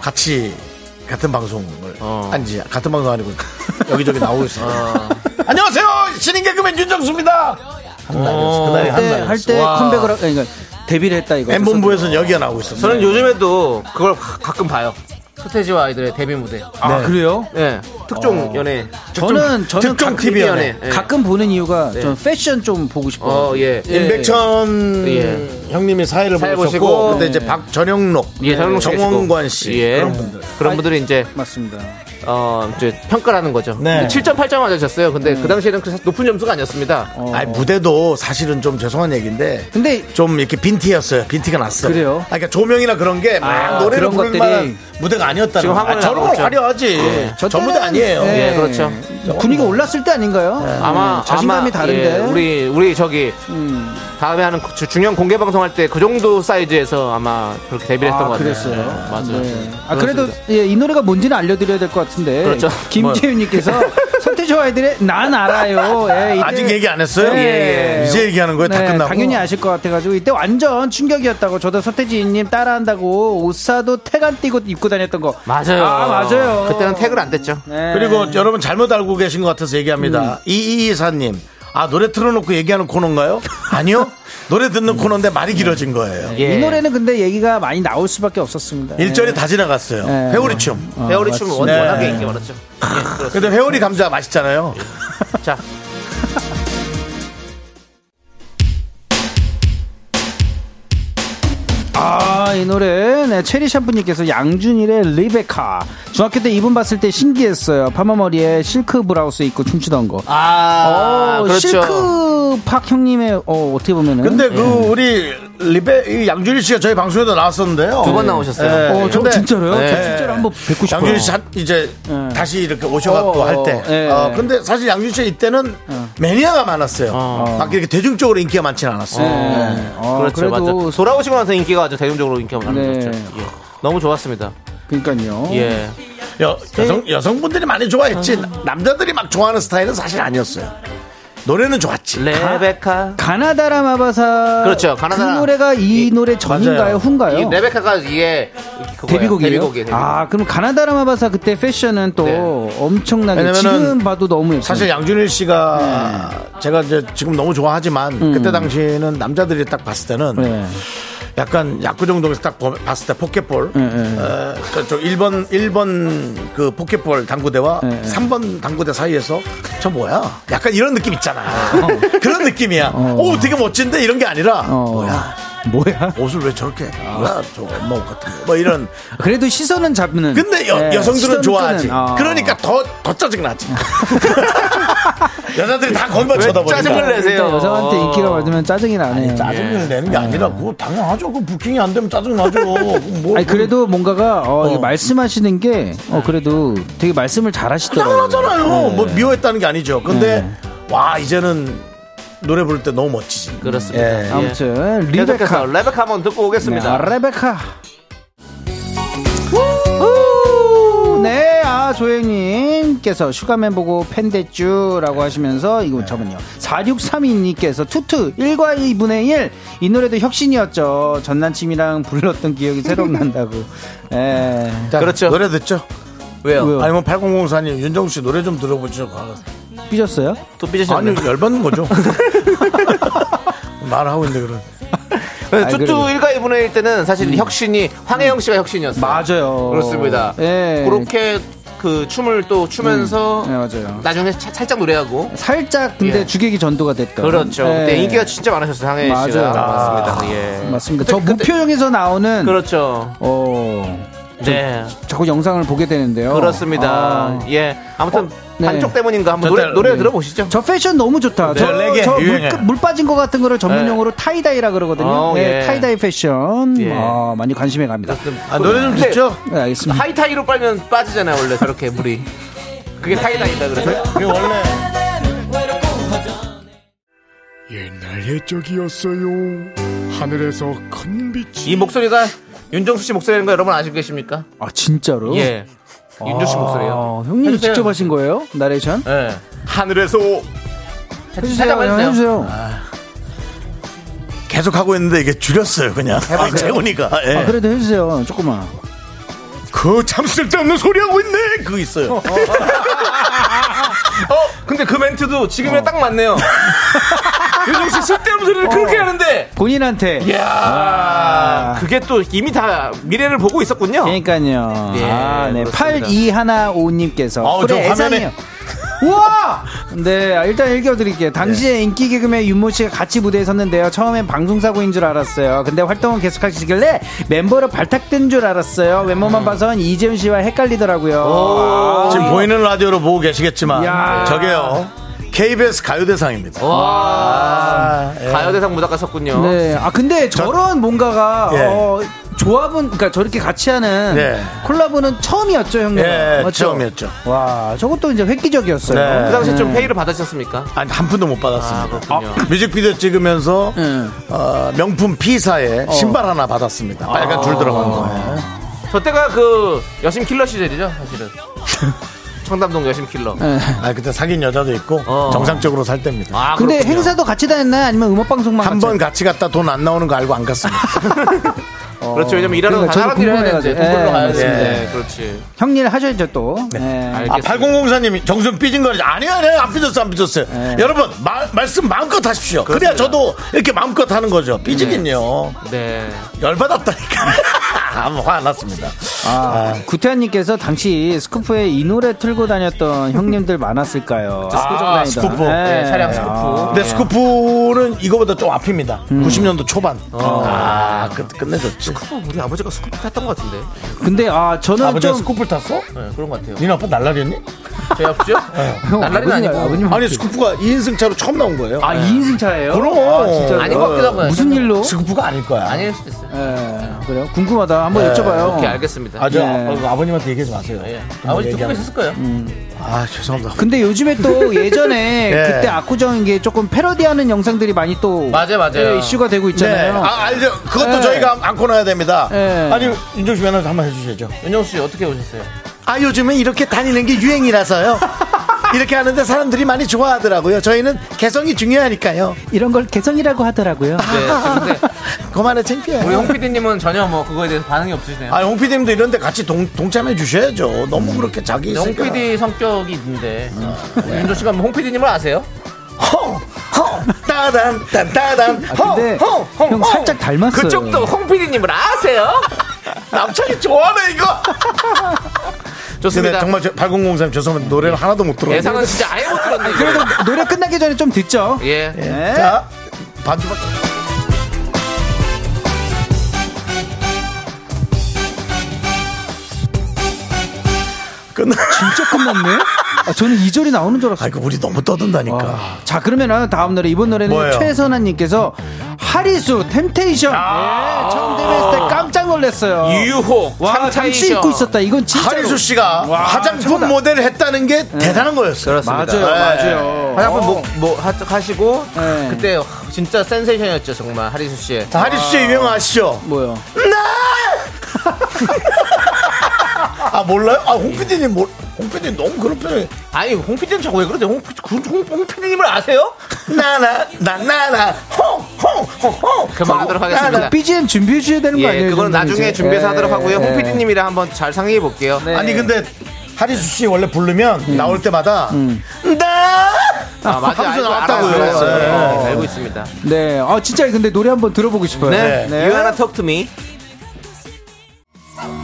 같이 같은 방송을 아니지 같은 방송 아니고 여기저기 나오고 있어요. 안녕하세요 신인 개그맨 윤정수입니다. 한 날이었어. 그날이 한
때,
날이었어.
할 때 컴백을, 하, 아니, 그러니까 데뷔를 했다, 이거.
M 본부에서는 여기가 나오고 있었어요.
저는 요즘에도 그걸 가- 가끔 봐요. 서태지와 아이들의 데뷔 무대.
아, 그래요?
예, 특종 연예.
저는, 저는
특종
가끔,
TV 연예.
연예. 예.
가끔 보는 이유가 좀 패션 좀 보고 싶어요.
네. 어, 예. 예.
임백천
예.
형님이 사회를
사회
보고 있었고
보시고.
근데 이제 박전영록,
예, 전영록 씨 계시고.
정원관 씨
예.
그런 분들
그런 분들이 이제
맞습니다.
어, 이제 평가라는 거죠.
네.
7.8점 맞으셨어요. 근데 그 당시에는 그 높은 점수가 아니었습니다.
아니 무대도 사실은 좀 죄송한 얘기인데
근데
좀 이렇게 빈티였어요. 빈티가 났어.
그래요?
아, 그러니까 조명이나 그런 게 막
아,
노래를
그런
부를
것들이
만한 무대가 아니었다는
지금
거예요.
화면에
아, 저런 건
나오죠.
화려하지. 저
때는-
무대 아니에요.
네.
예, 그렇죠.
분위기 올랐을 때 아닌가요?
아마
네, 자신감이
아마,
다른데.
예, 우리 우리 저기
음.
다음에 하는 그 주- 중요한 공개 방송 할 때 그 정도 사이즈에서 아마 그렇게 데뷔를 했던
아,
것 같아요.
그랬어요.
예, 맞아요.
네. 아, 그래도 예, 이 노래가 뭔지는 알려드려야 될 것 같은데.
그렇죠.
김태윤님께서 서태지와 아이들의 난 알아요. 예, 이때-
뭐. 아직 얘기 안 했어요?
예, 예.
이제 얘기하는 거예요? 다
네,
끝나고?
당연히 아실 것 같아가지고 이때 완전 충격이었다고 저도 서태지님 따라한다고 옷사도 태간 띠고 입고 다녔던 거.
맞아요.
아, 맞아요.
그때는 태그를 안 뗐죠.
네.
그리고 여러분 잘못 알고 계신 것 같아서 얘기합니다.
음.
이이이사님. 아, 노래 틀어놓고 얘기하는 코너인가요? 아니요. 노래 듣는 코너인데 말이 길어진 거예요.
예.
이 노래는 근데 얘기가 많이 나올 수밖에 없었습니다.
일절이 다 지나갔어요.
네. 어,
회오리춤.
회오리 춤은 원-
네.
워낙에 인기 많았죠. 예, 그렇습니다.
근데 회오리 감자 맛있잖아요.
자,
아, 이 노래. 네, 체리 샴푸님께서 양준일의 리베카. 중학교 때 이분 봤을 때 신기했어요. 파마머리에 실크 브라우스 입고 춤추던 거.
아,
어,
그렇죠.
실크 팍 형님의, 어, 어떻게 보면은.
근데 그 우리 리베 이 양준일 씨가 저희 방송에도 나왔었는데요.
두 번 나오셨어요.
예.
어, 저
근데
진짜로요?
네.
저 진짜로 한번 뵙고 싶어요.
양준일 씨 한- 이제
예.
다시 이렇게 오셔갖고
어,
할 때.
예.
어, 근데 사실 양준일 씨 이때는 매니아가 많았어요. 막 이렇게 대중적으로 인기가 많지는 않았어요.
네. 어,
그렇죠.
그래도-
맞죠. 돌아오시고 나서 인기가 아주 대중적으로 인기가 많아졌죠.
네. 어.
예. 너무 좋았습니다.
그러니까요.
예.
여, 여성, 여성분들이 많이 좋아했지 남자들이 막 좋아하는 스타일은 사실 아니었어요. 노래는 좋았지.
네. 레베카.
가나다라 마바사.
그렇죠, 가나다라.
그 노래가 이, 노래 전인가요?
맞아요.
후인가요?
이 레베카가 이게 그거예요.
데뷔곡이에요.
데뷔곡이에요. 데뷔곡.
아, 그럼 가나다라 마바사 그때 패션은 또
네.
엄청나게
왜냐면은
지금 봐도 너무 예뻐요.
사실 양준일 씨가
네.
제가 이제 지금 너무 좋아하지만 그때 당시에는 남자들이 딱 봤을 때는
음. 네.
약간 야구정동에서 딱 보- 봤을 때 포켓볼
네.
어, 저, 저 1번 1번 그 포켓볼 당구대와
네.
3번 당구대 사이에서 저 뭐야 약간 이런 느낌 있잖아 그런 느낌이야 오 되게 멋진데 이런 게 아니라
어.
뭐야
뭐야?
옷을 왜 저렇게 뭐야 저 엄마 옷 같은 거 뭐 이런
그래도 시선은 잡는.
근데 여,
예,
성들은
시선은
좋아하지.
끄는, 어.
그러니까 더, 더 짜증나지. 여자들이 다 거기만 쳐다보니까.
짜증을
그러니까
내세요?
여자한테 인기가 맞으면 짜증이 나네요.
짜증을 내는 게 아니라 그거 당연하죠. 그 부킹이 안 되면 짜증나죠. 뭐,
아니 그래도 뭔가가 어, 이게
어.
말씀하시는 게 어, 그래도 되게 말씀을 잘 하시더라고요.
당연하잖아요.
네.
뭐 미워했다는 게 아니죠. 근데 와 이제는 노래 부를 때 너무 멋지지.
그렇습니다.
예.
예.
아무튼
계속해서
리베카
레베카 한번 듣고 오겠습니다.
네, 레베카. 우! 네, 아, 조영님께서 슈가맨 보고 팬 됐쥬라고 하시면서,
네.
이거 저분요. 4632님께서 투투 1과 2분의 1. 이 노래도 혁신이었죠. 전남친이랑 불렀던 기억이 새록 난다고. 예.
자,
그렇죠.
노래 듣죠.
왜요?
왜요?
아니면 8004님 윤정수 씨 노래 좀 들어보죠. 아,
삐졌어요?
또 삐지셨나요?
아니 열받는 거죠. 말하고 있는데 그런.
그래서
아이,
네, 투투
그래도-
1과 2분의 1 때는 사실 혁신이 황혜영 씨가 혁신이었어요.
맞아요.
그렇습니다.
예.
그렇게 그 춤을 또 추면서
네, 맞아요.
나중에 차- 살짝 노래하고
살짝 근데
예.
주객이 전도가 됐던.
그렇죠.
예.
그때 인기가 진짜 많으셨어요. 황혜영 씨가
맞아요.
맞습니다. 예.
맞습니다. 저 무표정에서 나오는.
그렇죠.
어.
네.
자꾸 영상을 보게 되는데요.
그렇습니다.
어. 아.
예. 아무튼
네.
반쪽 때문인가 한번 노래
저때-
노래 들어보시죠.
저 패션 너무 좋다.
네,
저,
레게
저 물,
유행해요.
물 빠진 것 같은 거를 전문용어로 타이다이라 그러거든요.
네. 어,
네,
예.
타이다이 패션.
예.
아, 많이 관심에 갑니다.
아, 노래 좀
근데
듣죠.
네, 알겠습니다.
하이타이로 빨면 빠지잖아요. 원래 저렇게 물이. 그게 타이다이다 그래서.
네, 그게 원래
옛날 옛적이었어요 하늘에서 큰 빛이
이 목소리가 윤정수 씨 목소리라는 거 여러분 아시고 계십니까?
아, 진짜로?
예. 윤정수 씨 목소리예요.
아, 형님이
해주세요.
직접 하신 거예요? 나레이션?
예. 하늘에서
해주세요.
찾아봐주세요.
해주세요.
계속 하고 있는데 이게 줄였어요 그냥 아, 재훈이가
네.
예.
아, 그래도 해주세요. 조금만.
그참 쓸데없는 소리 하고 있네 그거 있어요
어, 근데 그 멘트도 지금에 딱 맞네요. 어. 윤정수 씨 쓸데없는 소리를 그렇게 하는데
본인한테.
그게 또 이미 다 미래를 보고
어.
있었군요.
그러니까요.
예,
아, 네.
그렇습니다.
8215님께서.
아우, 저 화면에-
애상이요. 우와! 네, 일단 읽어드릴게요. 당시에
네.
인기 개그맨 윤모 씨가 같이 무대에 섰는데요. 처음엔 방송사고인 줄 알았어요. 근데 활동은 계속하시길래 멤버로 발탁된 줄 알았어요.
음.
외모만 봐선 이재훈 씨와 헷갈리더라고요. 아.
지금 보이는 라디오로 보고 계시겠지만
야.
저게요 KBS 가요대상입니다.
와,
예.
가요대상 무대가 섰군요.
네. 아 근데 저런 뭔가가
예.
어, 조합은 그러니까 저렇게 같이 하는
예.
콜라보는 처음이었죠, 형님.
예,
맞죠?
처음이었죠.
와, 저것도 이제 획기적이었어요.
네.
그 당시 좀
네.
페이를 받으셨습니까?
아니 한 푼도 못
아,
받았습니다.
그렇군요.
아, 뮤직비디오 찍으면서
음.
어, 명품 피사에 신발 하나 받았습니다. 빨간 줄 들어간 거.
저 때가 그 여심 킬러 시절이죠, 사실은. 청담동 여심 킬러.
네.
아 그때 사귄 여자도 있고
어.
정상적으로 살 때입니다.
아,
근데
그렇군요.
행사도 같이 다녔나요? 아니면 음악 방송만
한 번 같이 갔다 돈 안 나오는 거 알고 안 갔습니다.
그렇죠. 왜냐면 일하는
그러니까
다 다른
저도
일을 해야 되는데
궁금해가지고.
동굴로
예,
가야 되는데.
맞습니다.
네, 그렇지.
형님 하셔야죠 또. 네.
알겠습니다.
아, 8004님이 정순 삐진 거리죠. 아니요, 아니요, 안 삐졌어, 안 삐졌어요.
네.
여러분, 마- 말씀 마음껏 하십시오. 그래야 저도 이렇게 마음껏 하는 거죠. 삐지긴요.
네.
열받았다니까. 아무 화 안 났습니다.
아, 구태환님께서 당시 스쿠프에 이 노래 틀고 다녔던 형님들 많았을까요?
아, 스쿠프.
네, 차량 스쿠프.
근데 스쿠프는 이거보다 좀 앞입니다. 90년도 초반. 음. 아, 끝, 끝내줬지.
어, 우리 아버지가 스쿠프 탔던 것
어,
같은데.
근데 아 저는
아버지가
좀
스쿠프를 탔어?
네, 그런 것 같아요.
니네 아빠 날라겠니?
저희 아버지요?
형,
날라리는
아버지가-
아니고.
아버님
아니, 스쿠프가 2인승 차로 처음 나온 거예요.
아 2인승 차예요?
그럼.
진짜요?
아닌 것 같기도 하고.
무슨 일로?
네.
스쿠프가 아닐 거야.
아닐 수도 있어요.
예, 그래요? 궁금하다. 한번 여쭤봐요.
네. 오케이, 알겠습니다.
아, 저
예.
아빠, 아버님한테 얘기하지 마세요.
예. 아버지 듣고
얘기하면-
계셨을 거예요.
음.
아, 죄송합니다.
근데 요즘에 또
네.
예전에
예.
그때 압구정인 게 조금 패러디하는 영상들이 많이 또
맞아요, 맞아요.
예, 이슈가 되고 있잖아요.
네. 아, 알죠. 그것도
네.
저희가 안고 나야 됩니다.
네.
아니, 윤정 씨 매너에서 한번 해주셔야죠.
윤정수 씨 어떻게 오셨어요?
아, 요즘은 이렇게 다니는 게 유행이라서요. 이렇게 하는데 사람들이 많이 좋아하더라고요. 저희는 개성이 중요하니까요.
이런 걸 개성이라고
네,
하더라고요.
근데
그만해,
우리
창피해.
홍 PD님은 전혀 뭐 그거에 대해서 반응이 없으시네요.
아, 홍 PD님도 이런데 같이 동, 동참해 주셔야죠. 너무 그렇게 자기
네, 홍
있으니까.
PD 성격이 있는데 윤정 씨가 뭐홍 PD님을 아세요?
홍! 홍! 따단, 딴, 따단, 홍!
아, 근데
홍! 홍!
형
홍!
살짝 닮았어요.
그쪽도 홍 PD님을 아세요?
남창이 좋아하네, 이거! 근데
좋습니다.
정말 8003 죄송한데 노래를 하나도 못 들어요.
예상은 진짜 아예 못 들었네. 이거.
그래도 노래 끝나기 전에 좀 듣죠.
예.
예.
자, 반주밖에. 끝나.
진짜 끝났네. 아, 저는 이절이 나오는 줄 알았어요.
아, 이거 우리 너무 떠든다니까.
아, 자 그러면은 다음 노래 이번 노래는
뭐예요?
최선아님께서 하리수 템테이션 예, 처음 데뷔했을 때 깜짝 놀랐어요.
아. 유혹.
와 잠시
템테이션.
잊고 있었다. 이건 진짜
하리수 씨가 화장품 모델을 했다는 게
네.
대단한 거였어요.
그렇습니다.
맞아요, 맞아요.
화장품 뭐, 뭐 하, 하시고
네.
그때 와, 진짜 센세이션이었죠 정말 하리수 씨의
자, 하리수 씨의 유형 아시죠?
뭐요?
아, 몰라요? 아, 홍피디님, 뭘, 홍피디님 너무 그런 편이.
아니 홍 PD님 자꾸 왜 그러세요? 홍, 홍, 홍, 홍 PD님을 아세요?
나나, 나나나, 홍, 홍, 홍, 홍.
그만하도록
나
하겠습니다.
BGM 준비해 주셔야 되는 거
예,
아니에요?
어, 그거는
정말
나중에
이제?
준비해서 하도록
예,
하고요. 홍
예.
PD님이랑 그 한번 잘 상의해 볼게요.
네.
아니, 근데 하리수 씨 원래 부르면
음.
나올 때마다 나!
아, 맞아요.
하면서
알고,
나왔다고요.
알아요, 알아요.
네.
알아요. 알고 있습니다.
네, 아 진짜 근데 노래 한번 들어보고 싶어요.
네. You wanna talk to me?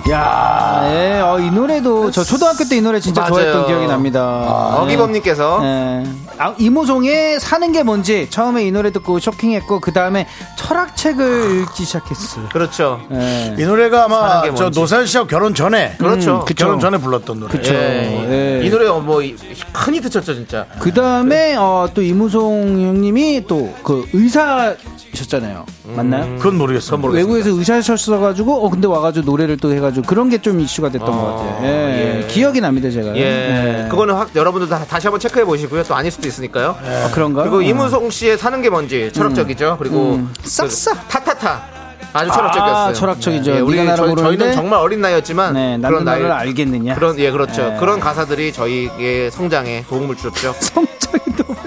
야, 네, 어, 이 노래도 저 초등학교 때 이 노래 진짜
맞아요.
좋아했던 기억이 납니다. 네.
어기범님께서
예. 아, 이모송의 사는 게 뭔지 처음에 이 노래 듣고 쇼킹했고 그 다음에 철학책을 읽기 시작했어요.
그렇죠.
예.
이 노래가
사는 게
아마 저
뭔지.
노사연 씨하고 결혼 전에
그렇죠.
음, 결혼 전에 불렀던 노래.
그쵸.
예,
예.
이 노래 뭐큰 히트 쳤죠 진짜.
그 다음에 어, 또 이무송 형님이 또 그 의사셨잖아요.
음.
맞나요?
그건 모르겠어.
외국에서 의사셨어가지고 어 근데 와가지고 노래를 또 해가지고 그런 게 좀 이슈가 됐던 것 같아요. 예.
어, 예.
기억이 납니다 제가.
예.
예.
그거는 확 여러분들 다, 다시 한번 체크해 보시고요. 또 아닐 수도 있으니까요.
아, 그런가?
그리고
어.
이문송 씨의 사는 게 뭔지 철학적이죠. 그리고 그
싹싹.
타타타 아주 철학적이었어요.
아, 철학적이죠.
예, 우리
네가 나를
저희,
모르는데
저희는 정말 어린 나이였지만
네, 나는
그런 나이
나를 알겠느냐?
그런 예 그렇죠.
예.
그런 가사들이 저희의 성장에 도움을 주었죠.
성적인 노래.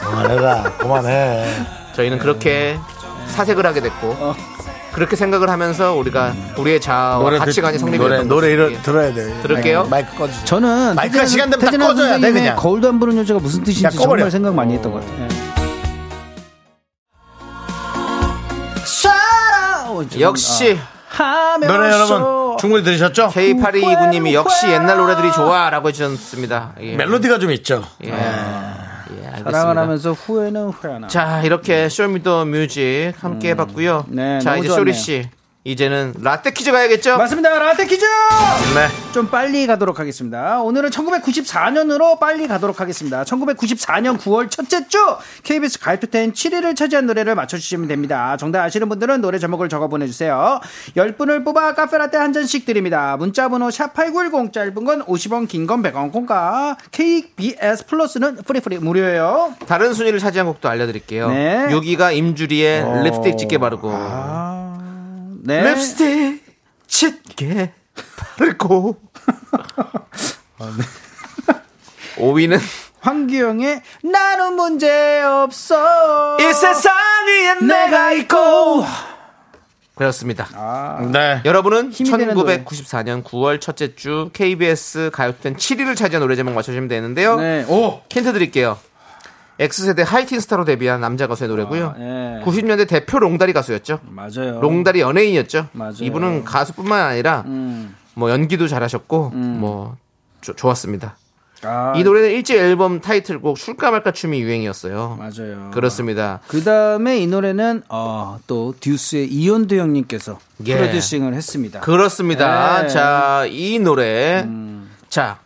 그만해라. 그만해.
저희는 그렇게
네.
사색을 하게 됐고
어.
그렇게 생각을 하면서 우리가 우리의 자아와
노래
가치관이
듣-
성립이
노래
됐던
노래
거죠.
이러,
예.
들어야 돼. 네,
들을게요.
마이크- 마이크 꺼주세요.
저는
마이크가
태진아-
시간 되면 다
태진아
꺼져야 돼,
선생님의
그냥.
거울도 안 보는 여자가 무슨 뜻인지
야, 꺼버려.
정말 생각 많이 했던 것 같아요. 예. 쏴라! 어, 죄송합니다.
역시
하면
노래
아. 쏘-
여러분 충분히 들으셨죠?
K8229님이
어,
역시 옛날 노래들이 좋아라고 해주셨습니다. 예.
멜로디가 좀 있죠.
예. 예, 알겠습니다.
아. 사랑을 하면서 후회는 후회하나.
자, 이렇게 쇼미더 뮤직 함께 해봤고요.
네,
자,
너무
이제
좋았네요.
쇼리씨. 이제는 라떼 퀴즈 가야겠죠?
맞습니다. 라떼 퀴즈!
네.
좀 빨리 가도록 하겠습니다. 오늘은 1994년으로 빨리 가도록 하겠습니다. 1994년 9월 첫째 주 KBS 가요투텐 7위를 차지한 노래를 맞춰주시면 됩니다. 정답 아시는 분들은 노래 제목을 적어 보내주세요. 10분을 뽑아 카페라떼 한 잔씩 드립니다. 문자번호 샵8910 짧은 건 50원 긴 건 100원 콩가 KBS 플러스는 프리프리 무료예요.
다른 순위를 차지한 곡도 알려드릴게요.
네.
6위가 임주리의
어.
립스틱 짙게 바르고.
네.
립스틱 짙게 바르고. 5위는
황규영의 나는 문제 없어.
이 세상 위엔 내가 있고. 그렇습니다.
아,
네.
여러분은
힘이 되는
1994년 9월 첫째 주 KBS 가요톱텐 7위를 차지한 노래 제목 맞춰주시면 되는데요.
네. 오!
힌트 드릴게요. X세대 하이틴 스타로 데뷔한 남자 가수의 노래고요.
아, 네.
90년대 대표 롱다리 가수였죠.
맞아요.
롱다리 연예인이었죠.
맞아요.
이분은 가수뿐만 아니라
음.
뭐 연기도 잘하셨고 뭐 조- 좋았습니다.
아,
이 노래는 일제 앨범 타이틀곡 술까 말까 춤이 유행이었어요.
맞아요.
그렇습니다.
그 다음에 이 노래는 어, 또 듀스의 이현도 형님께서
예.
프로듀싱을 했습니다.
그렇습니다.
네.
자, 이 노래. 자,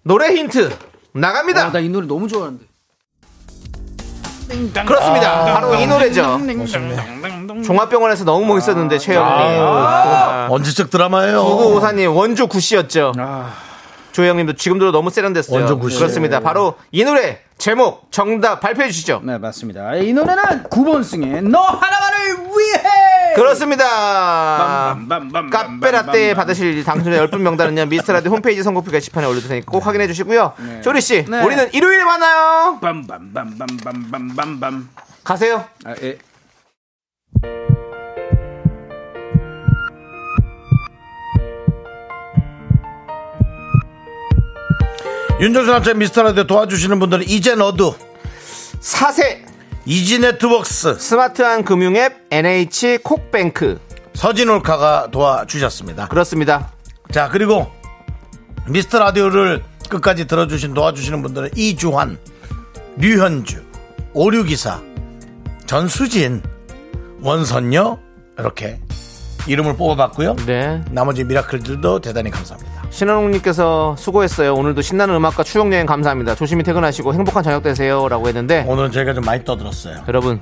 노래 힌트 나갑니다.
어, 나 이 노래 너무 좋아하는데.
그렇습니다. 바로 이 노래죠. 종합병원에서 너무 멋있었는데 최영님.
아. 언제적 드라마예요.
구구 오사님 원조 구씨였죠. 조혜영님도 지금도 너무 세련됐어요.
원조 구씨.
그렇습니다. 바로 이 노래 제목 정답 발표해 주시죠.
네 맞습니다. 이 노래는 9번 승의 너 하나만을 위해.
그렇습니다.
빰빰빰빰빰빰빰.
카페라떼 받으실 당첨자 10분 명단은요. 미스터라디오 홈페이지 선곡표 게시판에 올려둘 테니까 꼭 확인해 주시고요. 조리씨
네.
그, 우리는 일요일에 만나요.
빰빰빰빰빰빰빰빰.
가세요.
아, 예.
윤정수 남자 미스터라디오 도와주시는 분들은 이제 너도
사세
이지 네트웍스
스마트한 금융앱 NH 콕뱅크
서진올카가 도와주셨습니다.
그렇습니다.
자 그리고 미스터 라디오를 끝까지 들어주신 도와주시는 분들은 이주환, 류현주, 오류기사, 전수진, 원선녀 이렇게 이름을 뽑아봤고요.
네.
나머지 미라클들도 대단히 감사합니다.
신원웅님께서 수고했어요. 오늘도 신나는 음악과 추억 여행 감사합니다. 조심히 퇴근하시고 행복한 저녁 되세요라고 했는데
오늘은 저희가 좀 많이 떠들었어요.
여러분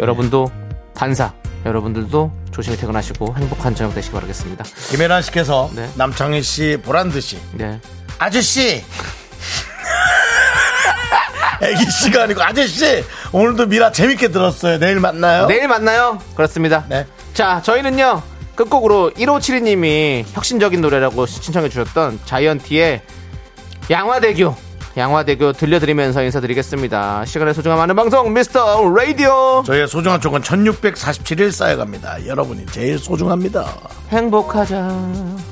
여러분도
네.
반사 여러분들도 조심히 퇴근하시고 행복한 저녁 되시기 바라겠습니다.
김혜란 씨께서
네.
남창희 씨 보란 듯이
네.
아저씨. 애기 씨가 아니고 아저씨 오늘도 미라 재밌게 들었어요. 내일 만나요.
내일 만나요. 그렇습니다.
네.
자 저희는요 끝곡으로 1572님이 혁신적인 노래라고 신청해 주셨던 자이언티의 양화대교 양화대교 들려드리면서 인사드리겠습니다. 시간의 소중함 아는 방송 미스터 라디오
저희의 소중한 쪽은 1647일 쌓여갑니다. 여러분이 제일 소중합니다.
행복하자.